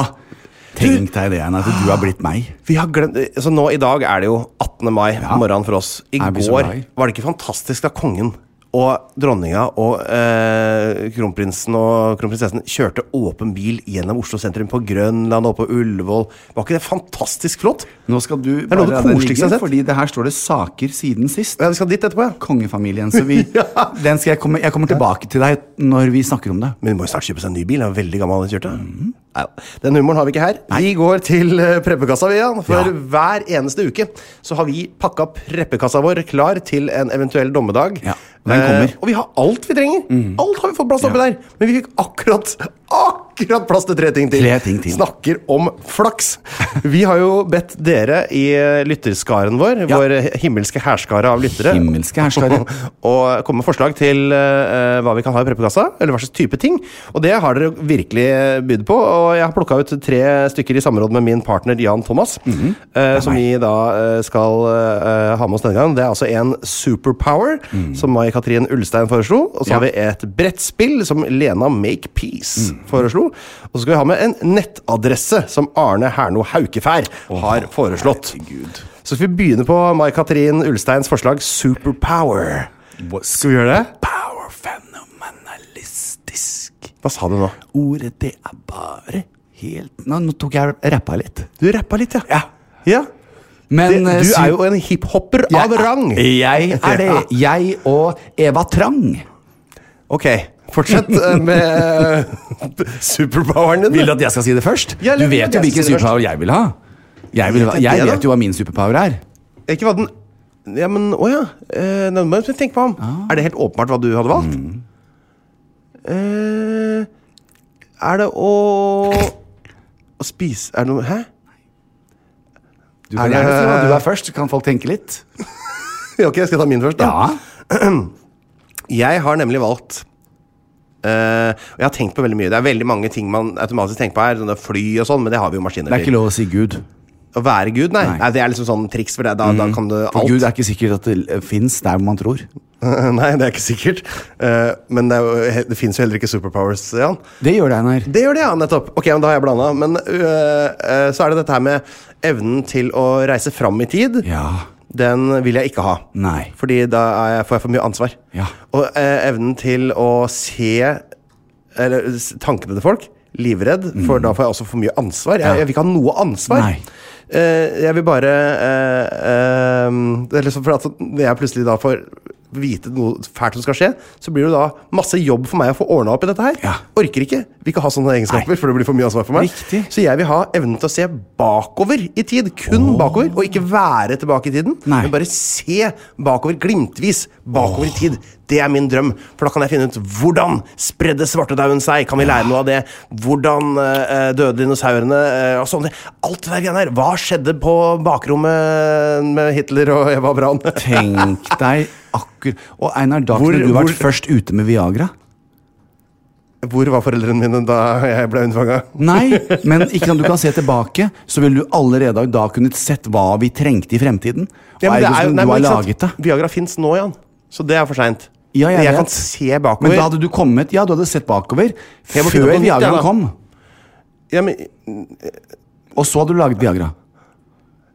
C: tenk deg det, Einar, at du har blitt meg.
D: Vi har glemt, eh, så nå I dag er det jo 18. mai morgenen for oss. I
C: Er vi så
D: går
C: glad i?
D: var det ikke fantastisk da kongen og dronninga og eh, kronprinsen og kronprinsessen kjørte åpen bil gjennom Oslo sentrum, på Grønland og på Ullevål. Var ikke det fantastisk flott?
C: Nå skal du
D: er noe av det
C: la
D: koseligste
C: den
D: jeg har
C: ligge,
D: sett.
C: fordi det her står det saker siden sist.
D: Ja, Vi skal dit etterpå, ja.
C: Kongefamilien, så vi den skal jeg, komme, jeg kommer tilbake til deg når vi snakker om det.
D: Men hun må jo snart kjøpe seg en ny bil. Den er veldig gammel. Den kjørte
C: Mhm.
D: Nei, Den humoren har vi ikke her. Vi går til eh, preppekassa, vi, Jan. For
C: Ja.
D: hver eneste uke så har vi pakka preppekassa vår klar til en eventuell dommedag.
C: Ja, den kommer. Mhm.
D: Eh, og vi har alt vi trenger! Alt har vi fått plass oppi
C: Ja.
D: der. Men vi fikk akkurat akkurat plass til tre ting til.
C: Tre ting til.
D: Snakker om flaks! Vi har jo bedt dere i eh, lytterskaren vår,
C: Ja.
D: vår himmelske hærskare av lyttere,
C: Himmelske herskare.
D: og komme med forslag til eh, hva vi kan ha i preppekassa, eller hva slags type ting. Og det har dere virkelig eh, bydd på, og jeg har plukka ut tre stykker i samråd med min partner Jan Thomas,
C: Mhm.
D: eh, som vi da eh, skal eh, ha med oss denne gangen. Det er altså en superpower,
C: Mhm.
D: som Mai-Katrin Ulstein foreslo. Og så har vi et brettspill, som Lena Make Peace
C: Mhm.
D: foreslo. Og så skal vi ha med en nettadresse, som Arne Herno Haukefær har foreslått. Så skal vi begynne på Mai-Katrin Ulsteins forslag Superpower. Skal vi gjøre det?
C: Power fenomenalistisk.
D: Hva sa du nå?
C: Ordet det er bare helt Nå, nå tok jeg rappa litt.
D: Du rappa litt, ja.
C: Ja.
D: Ja.
C: Men
D: det,
C: eh,
D: du
C: sy-
D: er jo en hiphopper av rang.
C: Jeg er det. Jeg og Eva Trang.
D: Ok, fortsett eh, med eh, superpoweren din.
C: Vil du at jeg skal si det først?
D: Ja,
C: du
D: eller-
C: vet jo
D: jeg
C: hvilken
D: skal si det
C: superpower jeg vil ha. Jeg, vil,
D: Vet jeg
C: jeg
D: det,
C: vet
D: da?
C: jo hva min superpower er.
D: Ikke hva den Ja, men Å ja. Eh, den må jeg tenke på ham. Er det helt åpenbart hva du hadde valgt? Eh, er det å Å spise Er det noe Hæ?
C: Du kan
D: Er det-
C: gjerne si hva du er først, kan folk tenke litt.
D: Ok, jeg skal ta min først, da.
C: Ja.
D: Jeg har nemlig valgt eh, og Jeg har tenkt på veldig mye. Det er veldig mange ting man automatisk tenker på her. Sånne fly og sånn, men det har vi jo maskiner
C: Det er ikke
D: til.
C: lov å si Gud.
D: Å være Gud, nei. nei.
C: Nei. Mm.
D: Det er liksom sånn triks, for det, da, da kan du alt.
C: For Gud er ikke sikkert at det fins der man tror.
D: nei, det er ikke sikkert. Eh, men det, er jo he- det fins jo heller ikke superpowers, Jan.
C: Det gjør det, Einar.
D: Det gjør det, ja, nettopp. Ok, men Da har jeg blanda. Men øh, øh, så er det dette her med evnen til å reise fram i tid.
C: Ja.
D: Den vil jeg ikke ha.
C: Nei.
D: Fordi da er jeg, får jeg for mye ansvar.
C: Ja.
D: Og øh, evnen til å se eller, s- tankene til folk. Livredd, for da får jeg også for mye ansvar. Jeg, jeg vil ikke ha noe ansvar.
C: Mm. Nei.
D: Eh, jeg vil bare eh, eh, det er liksom for at Når jeg plutselig da får vite noe fælt som skal skje, så blir det jo da masse jobb for meg å få ordna opp i dette her.
C: Ja.
D: Orker ikke. Vil ikke ha sånne egenskaper, for det blir for mye ansvar for meg.
C: Riktig.
D: Så jeg vil ha evnen til å se bakover i tid. Kun bakover. Og ikke være tilbake i tiden,
C: Nei.
D: men bare se bakover. Glimtvis bakover i tid. Det er min drøm, for da kan jeg finne ut hvordan spredde svartedauden seg? Kan vi lære noe av det? Hvordan eh, eh, døde dinosaurene? eh, og sånne. Alt det der greiene der. Hva skjedde på bakrommet med Hitler og Eva Braun?
C: Tenk deg akkurat Og Einar, da
D: Hvor-
C: kunne du vært
D: hvor-
C: først ute med Viagra.
D: Hvor var foreldrene mine da jeg ble unnfanga?
C: Nei, men ikke sant, du kan se tilbake, så ville du allerede da kunnet sett hva vi trengte i fremtiden. Og ergo som du har laget det.
D: Viagra fins nå, Jan. Så det er for seint.
C: Ja, jeg
D: jeg
C: vet.
D: kan se bakover.
C: Men da hadde du kommet Ja, du hadde sett bakover
D: Jeg må finne
C: før
D: på nytt, jeg,
C: Viagraen
D: da.
C: kom.
D: ja, men,
C: Og så hadde du laget Viagra.
D: Nei,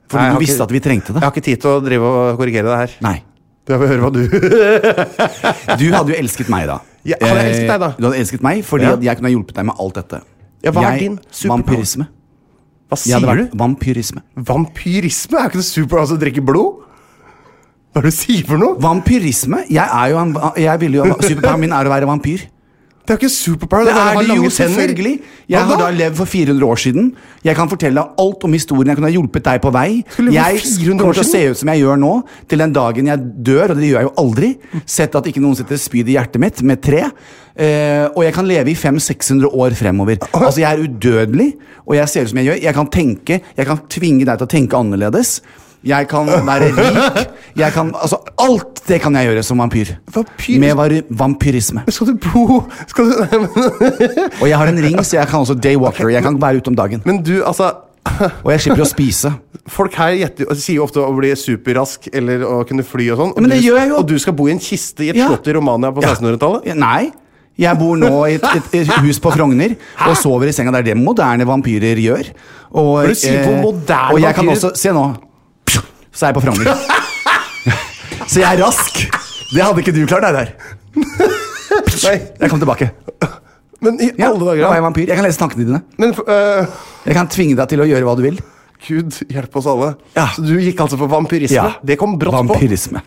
C: Fordi
D: jeg har
C: du visste
D: ikke-
C: at vi trengte
D: Jeg
C: det.
D: har ikke tid til å drive og korrigere det her.
C: Nei.
D: Jeg vil høre hva du
C: Du hadde jo elsket meg, da.
D: Ja, hadde jeg elsket deg da?
C: Eh, Du hadde elsket meg Fordi
D: Ja.
C: at jeg kunne ha hjulpet deg med alt dette.
D: Ja, hva er
C: jeg,
D: din superpower?
C: Vampyrisme.
D: Hva
C: Jeg
D: sier
C: hadde vært
D: du?
C: vampyrisme.
D: Vampyrisme? Er ikke det supermann som drikker blod? Hva er det du sier for noe?
C: Vampyrisme? Jeg er jo en jeg ville jo, Superpoweren min er å være vampyr.
D: Det er jo ikke superpower.
C: Det
D: er å
C: er
D: ha
C: det
D: lange
C: jo,
D: tenner.
C: selvfølgelig.
D: Hva
C: Jeg har
D: da?
C: da levd for 400 år siden. Jeg kan fortelle deg alt om historien. Jeg kunne ha hjulpet deg på vei.
D: Skulle du leve
C: Jeg
D: 400 år
C: kommer til å se
D: siden?
C: ut som jeg gjør nå, til den dagen jeg dør, og det gjør jeg jo aldri. Sett at ikke noen setter spyd i hjertet mitt med tre. Eh, og jeg kan leve i 500-600 år fremover. Altså Jeg er udødelig, og jeg ser ut som jeg gjør. Jeg kan tenke, jeg kan tvinge deg til å tenke annerledes. Jeg kan være rik. Jeg kan, altså Alt det kan jeg gjøre som vampyr.
D: Vampyr-
C: Med var- vampyrisme.
D: Skal du blod Skal du Nei, men,
C: Og jeg har en ring, så jeg kan også daywalker. Jeg kan være ute om dagen.
D: men du, altså
C: Og jeg slipper å spise.
D: Folk her gjetter, altså, sier jo ofte å bli superrask eller å kunne fly og sånn. Og,
C: Men det
D: du-
C: gjør jeg jo.
D: og du skal bo i en kiste i et
C: Ja.
D: slott i Romania på
C: Ja.
D: 1600-tallet?
C: Ja, Nei. Jeg bor nå i et, et, et hus på Frogner og sover i senga. Det er det moderne vampyrer gjør. Og, eh,
D: du sier på moderne
C: og jeg kan
D: vampyrer?
C: også Se nå. Så er jeg på Frogner. Så jeg er rask. Det hadde ikke du klart, deg der.
D: Nei,
C: Jeg kom tilbake.
D: men i
C: Ja,
D: alle
C: da var
D: dager
C: jeg
D: da.
C: vampyr. Jeg kan lese tankene dine.
D: Men for- øh,
C: Jeg kan tvinge deg til å gjøre hva du vil.
D: gud, hjelp oss alle.
C: Ja.
D: Så du gikk altså for vampyrisme? Det kom brått på.
C: Vampyrisme.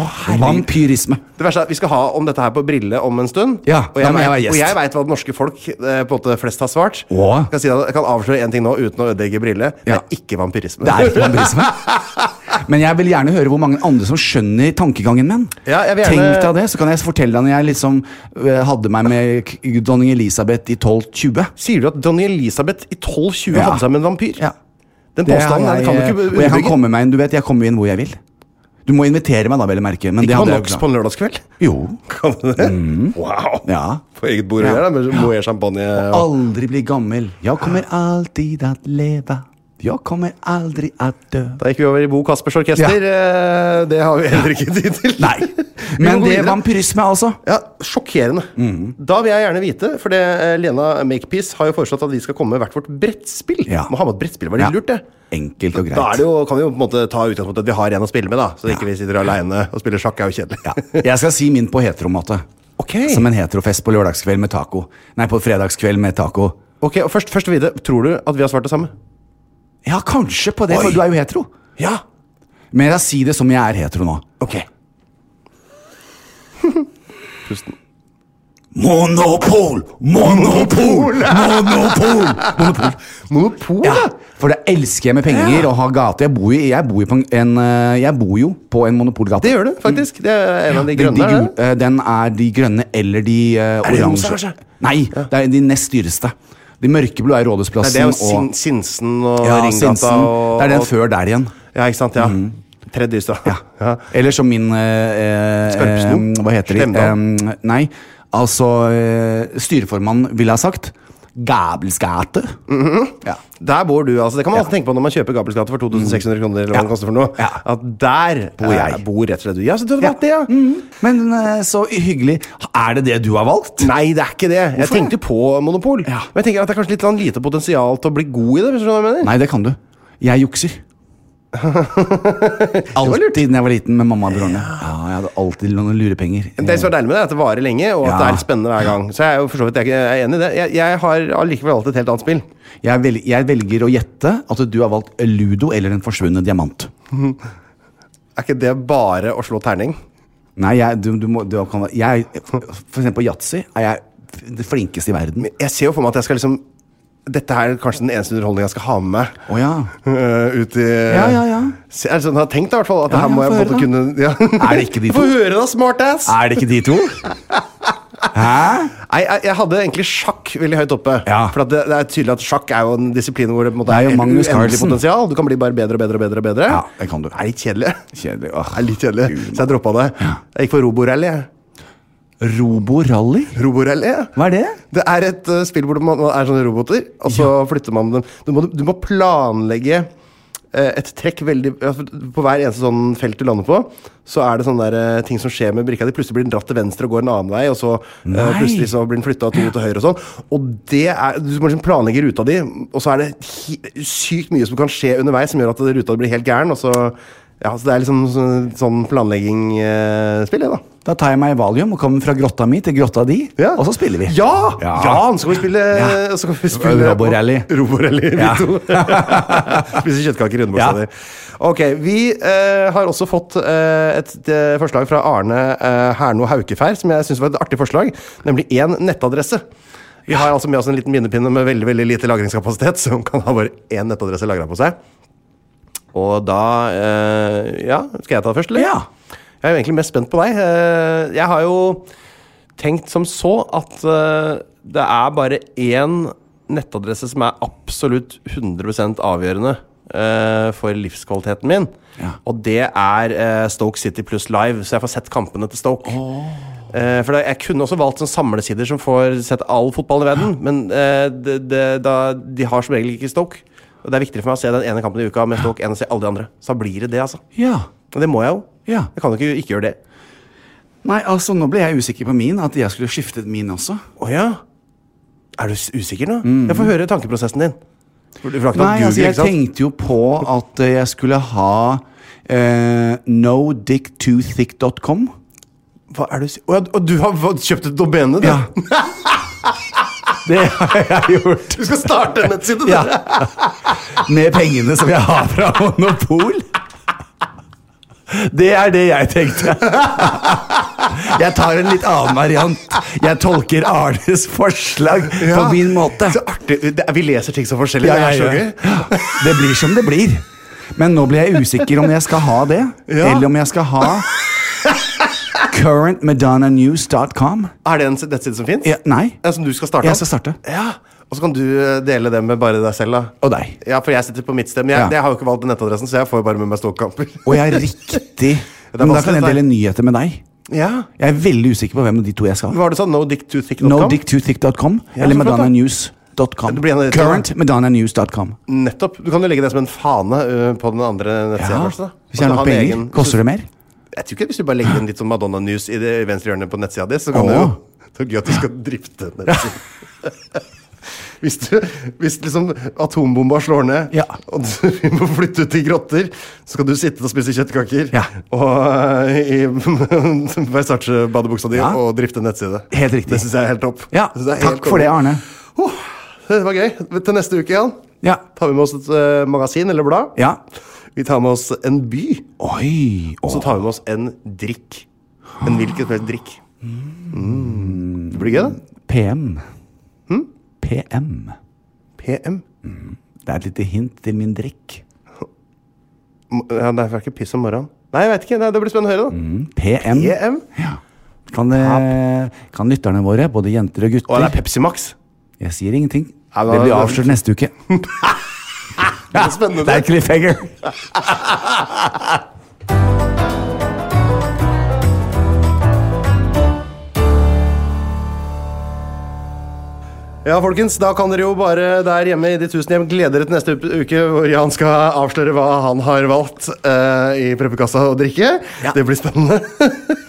C: Vampyrisme.
D: Det verste er at Vi skal ha om dette her på Brille om en stund.
C: Ja,
D: og jeg
C: da må
D: vet-
C: jeg være gjest.
D: og jeg veit hva det norske folk eh, på en måte flest har svart.
C: Hva?
D: Jeg kan, si deg- jeg kan avsløre én ting nå uten å ødelegge Brille. Det
C: Ja.
D: er ikke vampyrisme.
C: Det er ikke vampyrisme. Men jeg vil gjerne høre hvor mange andre som skjønner tankegangen min.
D: Ja, jeg vil gjerne-
C: Tenk deg det, så kan jeg fortelle deg når jeg liksom eh, hadde meg med k- dronning Elisabeth i 1220.
D: Sier du at Dronning Elisabeth i 1220
C: Ja.
D: hadde seg med en vampyr?
C: Ja.
D: Den
C: Det
D: påstanden
C: har
D: der
C: jeg,
D: kan du ikke
C: og jeg kan
D: underbygge.
C: komme meg inn, du vet, jeg kommer inn hvor jeg vil. Du må invitere meg da, vel å merke. Men det
D: Ikke på
C: hadde jeg
D: NOX
C: jo
D: på
C: klart.
D: en lørdagskveld?
C: Jo.
D: Kan du det? Wow!
C: Ja.
D: På eget bord
C: Ja.
D: her, da, med Moët champagne og
C: Aldri bli gammel. Jeg kommer alltid at leve. Jeg kommer aldri at dø.
D: Da gikk vi over i Bo Caspers orkester. eh, Det har vi heller ikke tid til.
C: Nei.
D: Vi må
C: Men
D: gå
C: det
D: videre.
C: er vampyrisme, altså.
D: Ja, Sjokkerende.
C: Mm.
D: Da vil jeg gjerne vite, for det, eh, Lena Makepeace har jo foreslått at vi skal komme med hvert vårt brettspill.
C: Ja.
D: Må ha med et brettspill, var det
C: Ja.
D: lurt, det?
C: Enkelt og greit.
D: Da er det jo, kan vi jo på en måte ta utgangspunkt i at vi har en å spille med, da. Så ikke vi sitter aleine og spiller sjakk, er jo kjedelig.
C: Ja. Jeg skal si min på heteromåte.
D: Ok.
C: Som en heterofest på lørdagskveld med taco. Nei, på fredagskveld med taco.
D: Ok, og først, først videre, Tror du at vi har svart det samme?
C: Ja, kanskje på det,
D: Oi.
C: for du er jo hetero.
D: Ja.
C: Men jeg sier det som jeg er hetero nå.
D: Ok.
C: Monopol! Monopol! Monopol! Monopol.
D: Monopol,
C: Ja,
D: ja.
C: for det elsker jeg med penger og ha gate. Jeg bor, jo- jeg bor, jo på en, en, eh, jeg bor jo på en monopolgate.
D: Det gjør du, faktisk. Det er en av de
C: Den, de
D: grønne.
C: gul, eh, den er de grønne eller de eh,
D: Er det rosa,
C: oransje.
D: kanskje?
C: Nei, det er de nest dyreste. De mørkeblå er
D: Nei,
C: Rådhusplassen.
D: det er jo
C: og-
D: sin, Sinsen og
C: ja,
D: Ringgata
C: Sinsen.
D: og
C: Det er den
D: og-
C: før Mm. der igjen.
D: Ja, ikke sant? Ja. Tredje dyreste. Ja. Ja.
C: Eller som min eh, eh,
D: Skarpeslo?
C: Hva heter de?
D: Slemdal?
C: Eh, nei, altså eh, Styreformannen ville ha sagt Gabelsgate.
D: Mm-hmm.
C: ja.
D: Der bor du, altså. Det kan man også tenke på når man kjøper Gabels gate for 2600 kroner. Eller hva
C: Ja.
D: det koster for noe
C: Ja.
D: At der bor
C: jeg.
D: bor rett og slett du. Ja, så du hadde valgt det, ja.
C: Mhm. Men eh, så hyggelig. Er det det du har valgt?
D: Nei, det er ikke det. Jeg tenkte jo på Monopol.
C: Ja.
D: Men jeg tenker at det er kanskje litt sånn lite potensial til å bli god i det. Hvis du skjønner hva jeg mener
C: Nei, det kan du. Jeg jukser. alltid da jeg var liten med mamma og broren. Ja. jeg hadde alltid noen lurepenger.
D: Det som er deilig med det, er at det varer lenge, og at
C: Ja.
D: det er litt spennende hver gang. Så jeg er jo for så vidt jeg er ikke- jeg er enig i det. Jeg, jeg har allikevel valgt et helt annet spill.
C: Jeg, vel, jeg velger å gjette at du har valgt ludo eller en forsvunnet diamant.
D: Er ikke det bare å slå terning?
C: Nei, jeg, du, du må, du kan, jeg For eksempel på yatzy er jeg f- det flinkeste i verden.
D: Men Jeg ser jo for meg at jeg skal liksom Dette her er kanskje den eneste underholdningen jeg skal ha med meg.
C: Å ja.
D: øh, ut i
C: Ja, ja, ja.
D: Se, er det sånn jeg har tenkt, da, i hvert fall. At det
C: Ja,
D: her
C: ja,
D: må jeg
C: få
D: på en måte kunne
C: høre,
D: ja.
C: Er det ikke de
D: Få
C: to?
D: høre, da, smartass! Nei,
C: Er det ikke de to? Hæ?
D: jeg, jeg hadde egentlig sjakk veldig høyt oppe.
C: Ja.
D: For at det, det er tydelig at sjakk er jo en disiplin hvor det, på en måte,
C: Det er jo
D: er
C: Magnus
D: uendelig
C: Carlsen.
D: potensial. Du kan bli bare bedre og bedre og bedre. og bedre
C: Ja, det kan du.
D: Det er litt kjedelig.
C: Kjedelig.
D: Det er litt kjedelig, Så jeg droppa det. Jeg gikk for Roborally. jeg.
C: Roborally?
D: Roborally? jeg.
C: Hva er det?
D: Det er et eh, spill hvor man er sånne roboter, og så flytter man dem. Du må, du må planlegge eh, et trekk veldig ja, for På hver eneste sånn felt du lander på, så er det sånne der, eh, ting som skjer med brikka di. Plutselig blir den dratt til venstre og går en annen vei, og så eh,
C: Nei.
D: plutselig så blir den flytta to til høyre og sånn. Og det er Du må liksom planlegge ruta di, og så er det hi- sykt mye som kan skje underveis som gjør at ruta blir helt gæren, og så Ja, så det er liksom så- sånn planlegging-spill, det, da.
C: Da tar jeg meg valium og kommer fra grotta mi til grotta di,
D: Ja.
C: og så spiller vi.
D: Ja!
C: Ja.
D: Ja, så kan vi spille,
C: Ja.
D: så kan vi spille
C: Roborally.
D: Roborally, vi
C: Ja.
D: to. Spise kjøttkaker i rundebuksa
C: Ja.
D: di. Ok, vi eh, har også fått eh, et, eh, forslag fra Arne eh, Herno Haukefær, som jeg syns var et artig forslag, nemlig én nettadresse. Vi har altså med oss en liten minnepinne med veldig veldig lite lagringskapasitet, som kan ha bare én nettadresse lagra på seg. Og da eh, Ja, skal jeg ta det først, eller?
C: Ja.
D: Jeg er jo egentlig mest spent på deg. Eh, jeg har jo tenkt som så at eh, det er bare én nettadresse som er absolutt 100 avgjørende eh, for livskvaliteten min.
C: Ja.
D: Og det er eh, Stoke City pluss Live, så jeg får sett kampene til Stoke. Eh, for da, Jeg kunne også valgt sånne samlesider som får sett all fotballen i verden, men eh, det, det, da, de har som regel ikke Stoke. Og Det er viktigere for meg å se den ene kampen i uka med Stoke enn å se alle de andre. Så da blir det det, altså.
C: Ja.
D: Og det må jeg jo.
C: Ja.
D: Jeg kan jo ikke, ikke gjøre det.
C: Nei, altså, nå ble jeg usikker på min, at jeg skulle skiftet min også.
D: Å ja? Er du s- usikker nå? Jeg får høre tankeprosessen din. For du har ikke tatt
C: Mm. Nei,
D: Google,
C: altså, jeg
D: ikke sant?
C: tenkte jo på at eh, jeg skulle ha eh, nodicktoothick.com.
D: Hva er det du sier? Å ja, og du har fått- kjøpt et domene, du?
C: Det har jeg gjort.
D: Du skal starte en nettside, du!
C: Ja. Med pengene som jeg har fra Monopol. Det er det jeg tenkte. Jeg tar en litt annen variant. Jeg tolker Arnes forslag på
D: Ja.
C: min måte.
D: Så artig. Det er, vi leser ting så forskjellig.
C: Ja,
D: det er
C: ja,
D: så
C: ja.
D: gøy.
C: Det blir som det blir. Men nå blir jeg usikker om jeg skal ha det,
D: Ja.
C: eller om jeg skal ha currentmadonnanews.com.
D: Er det en s- nettside som fins?
C: Ja, nei.
D: Som du skal starte?
C: Jeg
D: opp?
C: skal starte.
D: Ja. Og så kan du eh, dele det med bare deg selv, da.
C: Og deg.
D: Ja, for jeg sitter på mitt sted. Men jeg,
C: Ja.
D: jeg har jo ikke valgt nettadressen, så jeg får jo bare med meg ståkamper.
C: Og jeg er riktig.
D: Det er
C: Men da
D: vanskelig,
C: kan jeg
D: dette her.
C: dele nyheter med deg.
D: Ja.
C: Jeg er veldig usikker på hvem av de to jeg skal ha.
D: Hva var det du sa? Nodicktoothick.com?
C: Nodicktoothick.com
D: Ja,
C: eller
D: så flott, da.
C: madonnanews.com.
D: Det blir en av de to, da.
C: Currentmadonnanews.com.
D: Nettopp. Du kan jo legge det som en fane ø, på den andre nettsida.
C: Ja,
D: kanskje, da.
C: hvis jeg har
D: Og så
C: nok
D: ha en
C: penger.
D: egen-
C: Koster det mer?
D: Jeg tror ikke Hvis du bare legger inn litt sånn Madonna News i det venstre hjørnet på nettsida di, så kan
C: Åh.
D: du jo Det er gøy at du skal drifte nettsiden. Hvis, du, hvis liksom atombomba slår ned,
C: Ja.
D: og du, vi må flytte ut i grotter, så skal du sitte og spise kjøttkaker
C: Ja.
D: og ø, i Versace-badebuksa di
C: Ja.
D: og drifte nettside.
C: Helt riktig.
D: Det syns jeg er helt topp.
C: Ja,
D: Det synes jeg er helt
C: takk for det,
D: konge.
C: Arne.
D: Åh, det var gøy. Til neste uke igjen
C: Ja.
D: tar vi med oss et ø, magasin eller blad.
C: ja.
D: Vi tar med oss en by,
C: Oi.
D: og så tar vi med oss en drikk. En hvilken som helst drikk. Mm. Det blir gøy, da.
C: PM.
D: Hm?
C: PM.
D: PM.
C: Det er et lite hint til min drikk.
D: M- Ja, det er ikke piss om morgenen. Nei, jeg vet ikke. Nei, det blir spennende å høre, da.
C: Mm. PM.
D: PM.
C: Ja. Kan, det, kan lytterne våre, både jenter og
D: Og det er
C: gutter
D: Pepsi Max.
C: Jeg sier ingenting.
D: Ja, da-
C: Det blir avslørt neste uke.
D: Det er spennende.
C: Det er cliffhanger.
D: Ja, folkens, da kan dere jo bare der hjemme i de tusen hjem glede dere til neste up- uke, hvor Jan skal avsløre hva han har valgt eh, i preppekassa å drikke. Det blir spennende.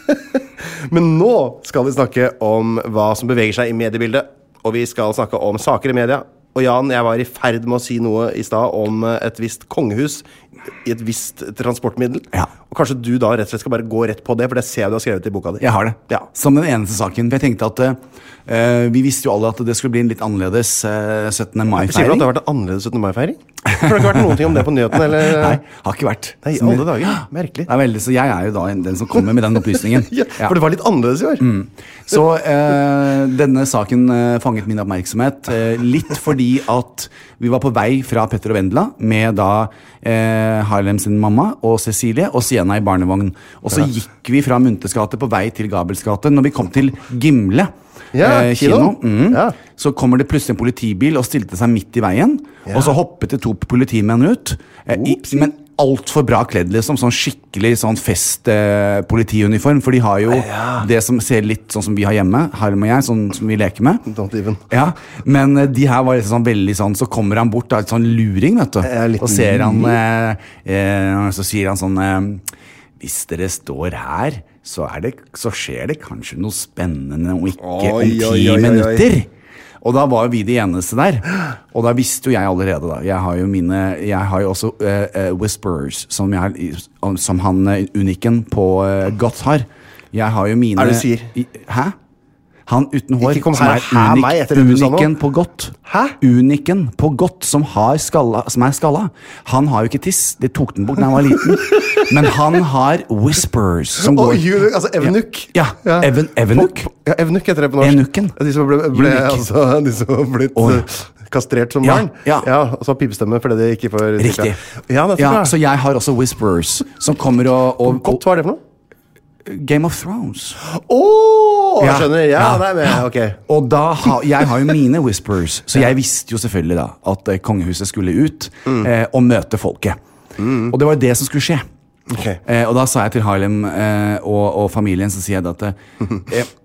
D: Men nå skal vi snakke om hva som beveger seg i mediebildet, og vi skal snakke om saker i media. Og Jan, jeg var i ferd med å si noe i stad om eh, et visst kongehus i et visst transportmiddel.
C: Ja.
D: Og kanskje du da rett og slett skal bare gå rett på det, for det ser jeg du har skrevet i boka di.
C: Jeg har det.
D: Ja.
C: Som den eneste saken. For jeg tenkte at eh, Vi visste jo alle at det skulle bli en litt annerledes eh, 17.
D: Sier du at
C: mai-feiring.
D: det har vært en annerledes 17. mai-feiring? For det har ikke vært noen ting om det på nyhetene? Eller?
C: Nei, har ikke vært.
D: Nei, i
C: Som-
D: alle dager. Merkelig.
C: Det er veldig, så jeg er jo da en- den som kommer med den opplysningen.
D: Ja,
C: Ja.
D: for det var litt annerledes i år.
C: Mm. Så eh, denne saken eh, fanget min oppmerksomhet. eh, litt fordi at vi var på vei fra Petter og Vendela med da eh, Harlem sin mamma og Cecilie og Sienna i barnevogn. Og så gikk vi fra Muntes gate på vei til Gabels gate. Når vi kom til Gimle
D: Ja,
C: eh,
D: kino.
C: kino, mm,
D: Ja.
C: så kommer det plutselig en politibil og stilte seg midt i veien. Og så hoppet det to politimenn ut. Eh, i, men altfor bra kledd, liksom. Sånn skikkelig sånn festpolitiuniform. Eh, politiuniform, for de har jo det som ser litt sånn som vi har hjemme, Harm og jeg, sånn som vi leker med.
D: Don't even.
C: Ja, Men eh, de her var liksom sånn veldig sånn Så kommer han bort, da, et sånn luring, vet du.
D: Ja, litt
C: Og ser han eh, eh, Så sier han sånn eh, Hvis dere står her, så, er det, så skjer det kanskje noe spennende om ikke
D: Oi,
C: om
D: oi,
C: ti
D: oi, oi, oi.
C: minutter. Og da var jo vi de eneste der. Og da visste jo jeg allerede, da. Jeg har jo mine Jeg har jo også eh, eh, Whisperers, som, jeg, som han eh, unikken på eh, Goth har. Jeg har jo mine
D: Er det du sier?
C: I- Hæ? Han uten hår
D: Ikke kom
C: som
D: her
C: er
D: og hæ meg etter det du sa nå.
C: unikken på Goth.
D: Hæ?
C: Unikken på Goth som, har skalla, som er skalla. Han har jo ikke tiss. Det tok den bort da han var liten. Men han har Whispers som
D: Og
C: går
D: eunuch, altså evnuk.
C: Ja. ja. Even, Evenuk.
D: Ja, evnuk heter det på norsk.
C: Enukken.
D: Ja, De som ble, ble
C: Eunuch.
D: altså, de som har blitt
C: Å, ja.
D: eh, kastrert som
C: Ja,
D: barn.
C: ja.
D: Og så har pipestemme fordi de ikke får
C: Riktig.
D: Ja, nettopp,
C: Ja,
D: ja.
C: så jeg har også Whisperers, som kommer og, og,
D: Godt, hva er det for noe?
C: og Game of Thrones.
D: Å, jeg
C: Ja,
D: skjønner. Ja,
C: ja,
D: nei, men, ok.
C: Og da ha, jeg har jo mine whispers, så jeg visste jo selvfølgelig da at eh, kongehuset skulle ut eh, og møte folket. Og det var jo det som skulle skje.
D: Ok.
C: Eh, og da sa jeg til Harlem eh, og, og familien så sier jeg da at eh,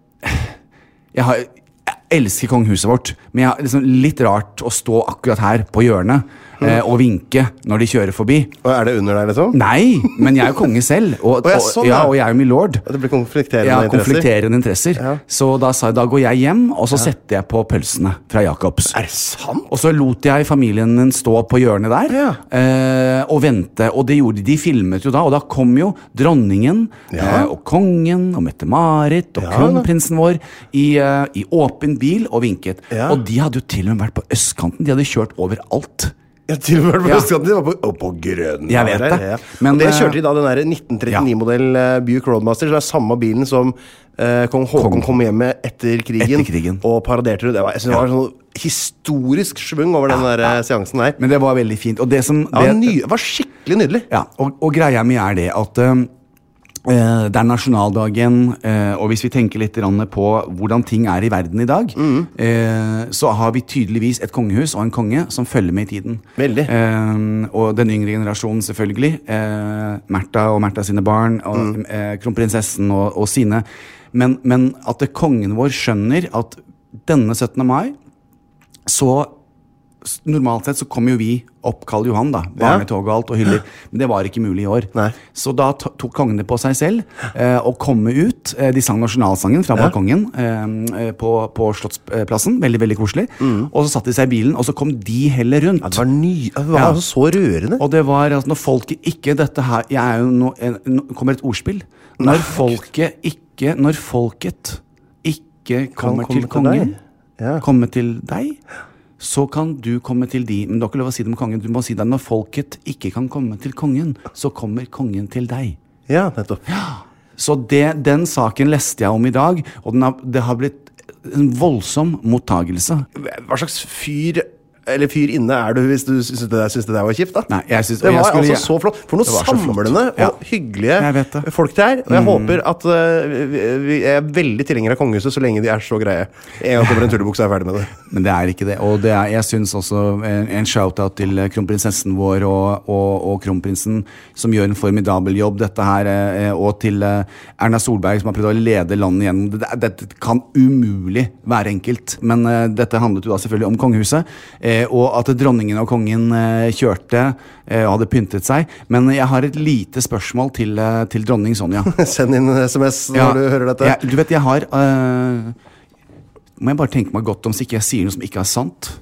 C: jeg, har, jeg elsker kongehuset vårt, men jeg, har liksom, litt rart å stå akkurat her på hjørnet eh, og vinke når de kjører forbi.
D: Og er det under der, liksom?
C: Nei, men jeg er jo konge selv, og,
D: Å, ja,
C: og,
D: sånn, ja.
C: ja, og jeg er jo milord.
D: At det blir konflikterende
C: Ja,
D: interesser?
C: konflikterende interesser.
D: Ja.
C: Så da sa jeg da går jeg hjem, og så setter jeg på pølsene fra Jacobs.
D: Er det sant?
C: Og så lot jeg familien min stå på hjørnet der
D: Ja.
C: eh, og vente. Og det gjorde de. De filmet jo da, og da kom jo dronningen eh, og kongen og Mette-Marit og
D: Ja,
C: kronprinsen vår i, eh, i åpen bil og vinket.
D: Ja.
C: Og de hadde jo til og med vært på østkanten. De hadde kjørt overalt.
D: Jeg har til og med vært på
C: Ja.
D: østkanten. De var på, og på Grønland.
C: Jeg vet det.
D: Ja.
C: Men,
D: og det
C: eh,
D: kjørte de da, den der 1939-modell eh, Buick Roadmaster, som er samme bilen som eh, kong Haakon
C: Kong-
D: kom hjem med etter krigen,
C: Etter krigen.
D: og paraderte rundt. Det var, jeg synes det var en sånn historisk svung over den der eh, seansen her.
C: Men det var veldig fint. Og det som
D: Det var,
C: det-
D: ny, det var skikkelig nydelig.
C: Ja, og, og greia mi er det at øhm, eh, det er nasjonaldagen, eh, og hvis vi tenker litt grann på hvordan ting er i verden i dag, eh, så har vi tydeligvis et kongehus og en konge som følger med i tiden.
D: Veldig.
C: Eh, og den yngre generasjonen, selvfølgelig. eh, Märtha og Märtha sine barn, og eh, kronprinsessen og, og sine. Men, men at det, kongen vår skjønner at denne 17. mai så s- Normalt sett så kommer jo vi opp Karl Johan, da. Barnetog og alt, og hyller. Men det var ikke mulig i år.
D: Nei.
C: Så da to- tok kongen det på seg selv eh, å komme ut. Eh, de sang nasjonalsangen fra balkongen eh, eh, på, på Slottsplassen. Veldig, veldig koselig. Og så satte de seg i bilen, og så kom de heller rundt.
D: Mm. Det var, ny, det var
C: Ja.
D: altså så rørende.
C: Og det var altså når folket ikke Dette her jeg er jo no, en, nå kommer et ordspill. Når folket ikke Når folket ikke kommer
D: komme
C: til
D: til
C: kongen,
D: deg. Ja.
C: komme til deg, så kan du komme til de. Men du har ikke lov å si det med kongen. Du må si det når folket ikke kan komme til kongen, så kommer kongen til deg.
D: Ja, nettopp.
C: Så det, den saken leste jeg om i dag, og den har, det har blitt en voldsom mottagelse.
D: Hva slags fyr eller fyr inne er du hvis du syns det der, syns det der var kjipt? da?
C: Nei, jeg syns-
D: det
C: og jeg
D: var
C: skulle
D: altså så
C: gjerne-
D: flott. For noe
C: Det var så flott.
D: samlende
C: Ja.
D: og hyggelige
C: Jeg vet det. Mm.
D: folk det er. Og jeg håper at eh, vi, vi er veldig tilhengere av kongehuset så lenge de er så greie. En gang kommer en tullebukse, er jeg ferdig med det.
C: Men det er ikke det. Og det er, jeg syns også en, en shout-out til eh, kronprinsessen vår og, og, og kronprinsen, som gjør en formidabel jobb, dette her. eh, Og til eh, Erna Solberg, som har prøvd å lede landet gjennom det. det- Dette kan umulig være enkelt. Men eh, dette handlet jo da selvfølgelig om kongehuset. eh, Og at dronningen og kongen eh, kjørte eh, og hadde pyntet seg. Men jeg har et lite spørsmål til, eh, til dronning Sonja.
D: Send inn en SMS
C: Ja,
D: når du hører dette.
C: Jeg, du vet, jeg har øh, Må jeg bare tenke meg godt om så ikke jeg sier noe som ikke er sant.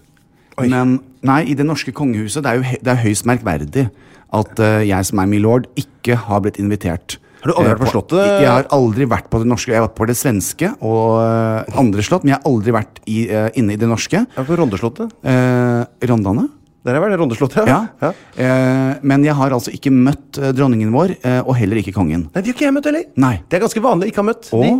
C: Men nei, i det norske kongehuset det er jo he- det er høyst merkverdig at øh, jeg som er milord, ikke har blitt invitert.
D: Har du aldri
C: eh,
D: vært på Slottet?
C: Jeg har aldri vært på det norske. Jeg har vært på det svenske og øh, andre slott, men jeg har aldri vært i, øh, inne i det norske.
D: Jeg er på Rondeslottet.
C: Eh, Rondane?
D: Der er vel det Rondeslottet?
C: Ja.
D: ja.
C: Eh, men jeg har altså ikke møtt eh, dronningen vår, eh, og heller ikke kongen.
D: Nei, de har ikke jeg møtt heller.
C: Nei.
D: Det er ganske vanlig ikke å ha møtt.
C: Å!
D: De.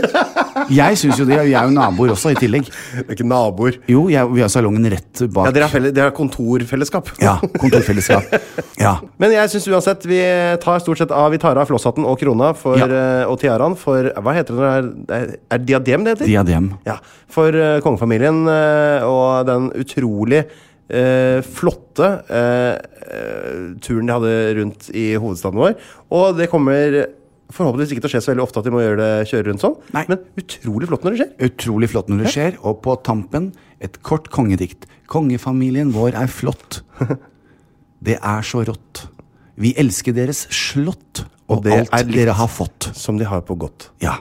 C: Jeg syns jo det. Vi er jo naboer også, i tillegg.
D: Det er ikke naboer.
C: Jo, jeg, vi har salongen rett bak.
D: Ja, dere har, felle, dere har kontorfellesskap.
C: Ja, kontorfellesskap. Ja.
D: Men jeg syns uansett vi tar stort sett av Vi tar av flosshatten og krona for,
C: Ja.
D: eh, og tiaraen for Hva heter det når det er Er det diadem det heter?
C: Diadem.
D: Ja. For eh, kongefamilien eh, og den utrolig eh, flotte eh, eh, turen de hadde rundt i hovedstaden vår. Og det kommer forhåpentligvis ikke til å skje så veldig ofte at de må gjøre det, kjøre rundt sånn,
C: Nei.
D: men utrolig flott når det skjer.
C: Utrolig flott når det skjer. Og på tampen et kort kongedikt. Kongefamilien vår er flott. Det er så rått. Vi elsker deres slott og,
D: Og det
C: alt
D: er likt.
C: dere har fått.
D: Som de har på godt.
C: Ja.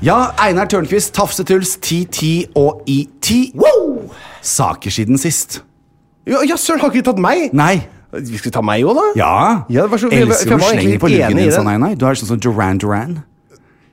C: Ja, Einar Tørnquist, Tafsetuls, TT og ET.
D: Wow!
C: Saker siden sist.
D: Ja, ja søren, har ikke de tatt meg?
C: Nei.
D: Vi skal ta meg òg, da?
C: Ja.
D: Ja, det var så- for jeg var- for
C: Elsker
D: jeg var
C: hvor du slenger
D: egentlig
C: på
D: enig
C: luggen
D: i
C: din
D: det.
C: sånn, Einar. Du er sånn som Duran Duran.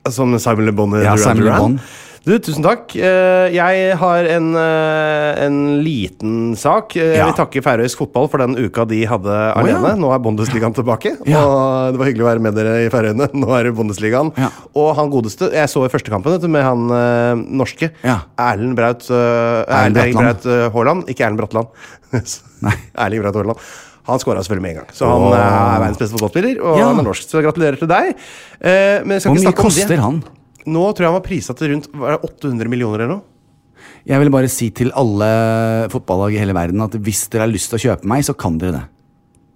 D: Som Sånn Simon Le Bon i
C: Ja,
D: Duran
C: Simon Le
D: Duran.
C: Bon.
D: Du, tusen takk. Eh, Jeg har en, eh, en liten sak. Eh, Jeg
C: Ja.
D: vil takke Færøysk fotball for den uka de hadde
C: ja.
D: alene. Nå er Bundesligaen tilbake,
C: Ja.
D: og det var hyggelig å være med dere i Færøyene. Nå er det Bundesligaen.
C: Ja.
D: Og han godeste Jeg så i første kampen vet du, med han eh, norske.
C: Ja.
D: Erlend Braut eh, Erlend Braut
C: Bratland.
D: eh, Haaland. Ikke Erlend Bratland. Erling Braut Haaland. Han skåra selvfølgelig med en gang. Så han
C: Åh.
D: eh, er verdens beste fotballspiller, og
C: Ja.
D: han er norsk. Så gratulerer til deg. Eh, men jeg skal ikke
C: Hvor
D: snakke
C: mye
D: om det.
C: koster han?
D: Nå tror jeg han var prisa til rundt hva er det, 800 millioner eller noe.
C: Jeg vil bare si til alle fotballag i hele verden at hvis dere har lyst til å kjøpe meg, så kan dere det.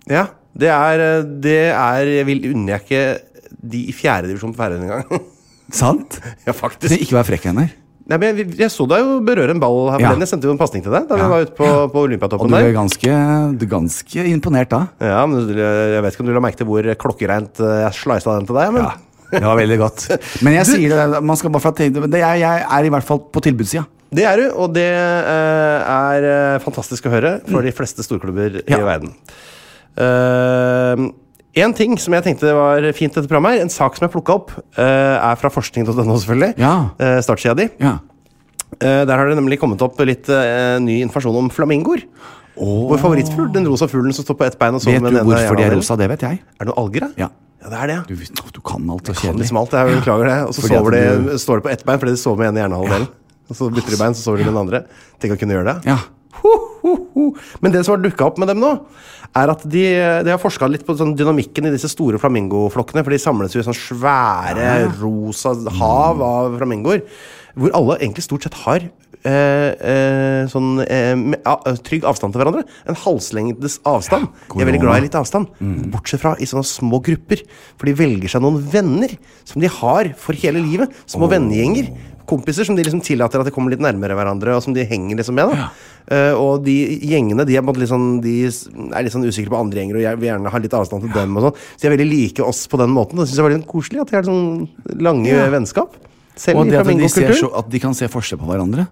D: Ja, det er, eh, det er Jeg vil unner jeg ikke de i fjerdedivisjon på Færøyene engang.
C: Sant?
D: ja, faktisk.
C: Så ikke vær frekk, Einar.
D: Nei, men jeg, jeg så deg jo berøre en ball her
C: Ja.
D: forleden. Jeg sendte jo en pasning til deg da
C: Ja.
D: vi var ute på, på
C: Og
D: Olympiatoppen
C: du
D: der.
C: er ganske, du er ganske imponert da.
D: Ja, men du- Jeg vet ikke om du la merke til hvor klokkereint eh, jeg slisa den til deg, men
C: Ja, det var veldig godt. Men jeg sier det, man skal bare få tenke det, jeg, jeg er i hvert fall på tilbudssida.
D: det er du. Og det eh, er eh, fantastisk å høre for de fleste storklubber
C: Ja.
D: i verden. Eh, en ting som jeg tenkte var fint etter programmet, her, en sak som jeg plukka opp, eh, er fra forskning.no, selvfølgelig.
C: Ja.
D: Eh, startsida di.
C: Ja.
D: Eh, der har det nemlig kommet opp litt eh, ny informasjon om flamingoer. Vår favorittfugl, den rosa fuglen som står på ett bein og sover
C: Vet
D: med
C: du
D: den ene
C: hvorfor de er
D: hjernen.
C: rosa? Det vet jeg.
D: Er det noen alger, da?
C: Ja.
D: det er det, ja.
C: Du, vet- du kan alt, så
D: Kan
C: kjedelig.
D: liksom alt, jeg beklager det. Og så
C: Fordi at
D: sover de,
C: du-
D: står de på ett bein fordi de sover med ene hjernehalvdelen. Og så bytter de bein, så sover de med den andre. Tenk å kunne gjøre det.
C: Ja.
D: Ho, ho, ho. Men det som har dukka opp med dem nå, er at de, de har forska litt på sånn dynamikken i disse store flamingoflokkene. For de samles jo i sånn svære, rosa hav av flamingoer. Hvor alle egentlig stort sett har eh, eh, sånn eh, med- a- trygg avstand til hverandre. En halslengdes avstand. De er veldig glad i litt avstand. Bortsett fra i sånne små grupper. For de velger seg noen venner som de har for hele livet. Små vennegjenger. Kompiser som de liksom tillater at de kommer litt nærmere hverandre, og som de henger liksom med. da Eh, Og de gjengene de er, på en måte litt sånn, de s- er litt sånn usikre på andre gjenger og jeg vil gjerne ha litt avstand til dem. og sånn Så de er veldig like oss på den måten. Det syns jeg var litt koselig at de har sånn lange vennskap. Selv
C: Og
D: i
C: det at de, ser så,
D: flamingokulturen.
C: at de kan se forskjell på hverandre.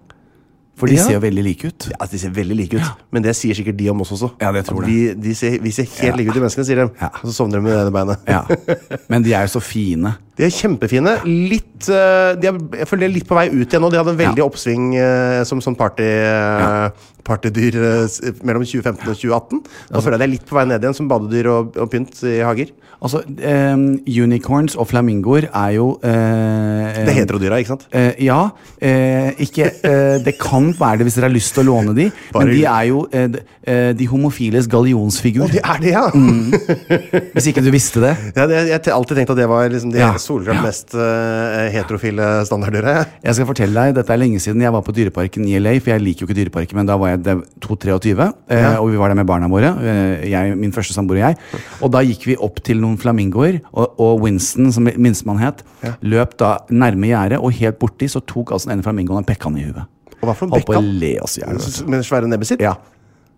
C: For de
D: Ja.
C: ser jo veldig like ut.
D: Ja, de ser veldig like ut, men det sier sikkert de om oss også.
C: Ja, det tror
D: At
C: jeg.
D: Vi, de ser, vi ser helt like ut i menneskene, sier de.
C: Ja.
D: Og så sovner de med det ene beinet.
C: Ja. Men de er jo så fine.
D: De er kjempefine. Litt eh, de er, Jeg føler de er litt på vei ut igjen nå. De hadde en veldig
C: Ja.
D: oppsving eh, som sånn party, eh, partydyr eh, s- mellom 2015 og 2018. Nå føler jeg de er litt på vei ned igjen som badedyr og, og pynt i hager.
C: Altså, ehm, unicorns og flamingoer er jo eh,
D: Det er heterodyra, ikke sant?
C: Eh, ja. Eh, ikke eh, Det kan være det hvis dere har lyst til å låne de,
D: Bare
C: men de
D: hyggelig.
C: er jo eh, d- eh, de homofiles gallionsfigur.
D: Å, det er det, ja!
C: Mm. Hvis ikke du visste det.
D: ja det, jeg har alltid tenkt at det var liksom det
C: Ja.
D: solklart
C: Ja.
D: mest eh, heterofile standarddyret.
C: Jeg skal fortelle deg, Dette er lenge siden jeg var på Dyreparken i LA, for jeg liker jo ikke Dyreparken, men da var jeg 2-23, eh,
D: Ja.
C: og vi var der med barna våre. eh, Jeg, min første samboer og jeg. Og da gikk vi opp til noen flamingoer, og, og Winston, som minstemann het, løp da nærme gjerdet, og helt borti så tok altså den ene flamingoen og pekka han i huet.
D: Og hva for noe
C: Holdt på å
D: bekkan?
C: le oss i hjel. altså. vet du.
D: Med det svære nebbet sitt?
C: Ja.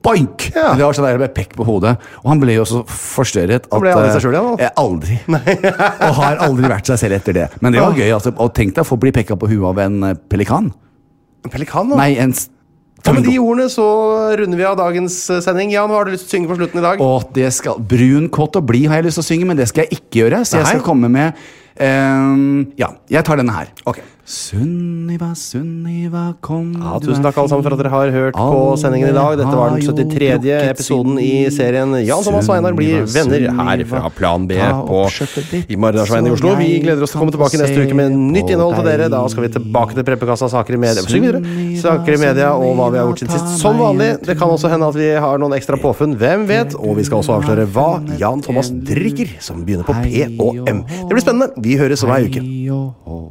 C: Boink!
D: Ja.
C: Det var sånn der med pekk på hodet. Og han ble jo så forstørret at
D: ble han aldri seg selv igjen, da?
C: eh, Aldri. og har aldri vært seg selv etter det. Men det var gøy. Altså, og tenk deg å få bli pekka på huet av en eh, pelikan.
D: En Pelikan, nå?
C: Nei, en s-
D: Ja, med de ordene så runder vi av dagens eh, sending. Jan, hva har du lyst til å synge på slutten i dag?
C: Og det skal Brun, kåt og blid har jeg lyst til å synge, men det skal jeg ikke gjøre. Så jeg skal
D: Nei.
C: komme med ehm, Ja, jeg tar denne her. Sunniva, Sunniva, kom
D: Ja,
C: du
D: tusen
C: er
D: takk alle sammen for at dere har hørt på
C: Alle
D: sendingen i dag. Dette var den
C: har jo
D: 73.
C: drukket
D: episoden i
C: sin
D: serien Jan Thomas og Einar blir
C: Sunniva,
D: venner her
C: Sunniva,
D: fra Plan B
C: ta opp
D: på
C: skjørtet ditt,
D: i Maridalsveien i
C: så
D: Oslo. Vi
C: jeg
D: gleder oss til å komme
C: kan få
D: tilbake neste
C: se
D: uke med nytt
C: på
D: innhold til dere. Da
C: deg.
D: skal vi tilbake til preppekassa, saker i media, Syng videre.
C: Sunniva,
D: saker i media og hva vi har gjort siden sist.
C: Sunniva, ta
D: Som
C: meg
D: vanlig.
C: en
D: Det kan også hende at vi har noen ekstra påfunn. Hvem vet? Og vi skal også avsløre hva Jan Thomas drikker, som begynner på P og M. Det blir spennende. Vi høres om ei uke.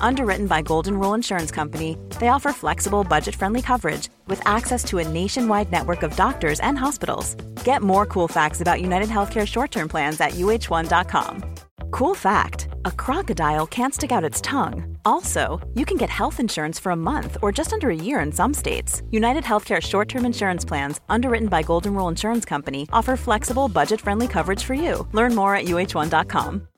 F: Underwritten by Golden Rule Insurance Company, they offer flexible, budget friendly coverage with access to a nationwide network of doctors and hospitals. Get more cool facts about United Healthcare short term plans at uh1.com. Cool fact a crocodile can't stick out its tongue. Also, you can get health insurance for a month or just under a year in some states. United Healthcare short term insurance plans, underwritten by Golden Rule Insurance Company, offer flexible, budget friendly coverage for you. Learn more at uh1.com.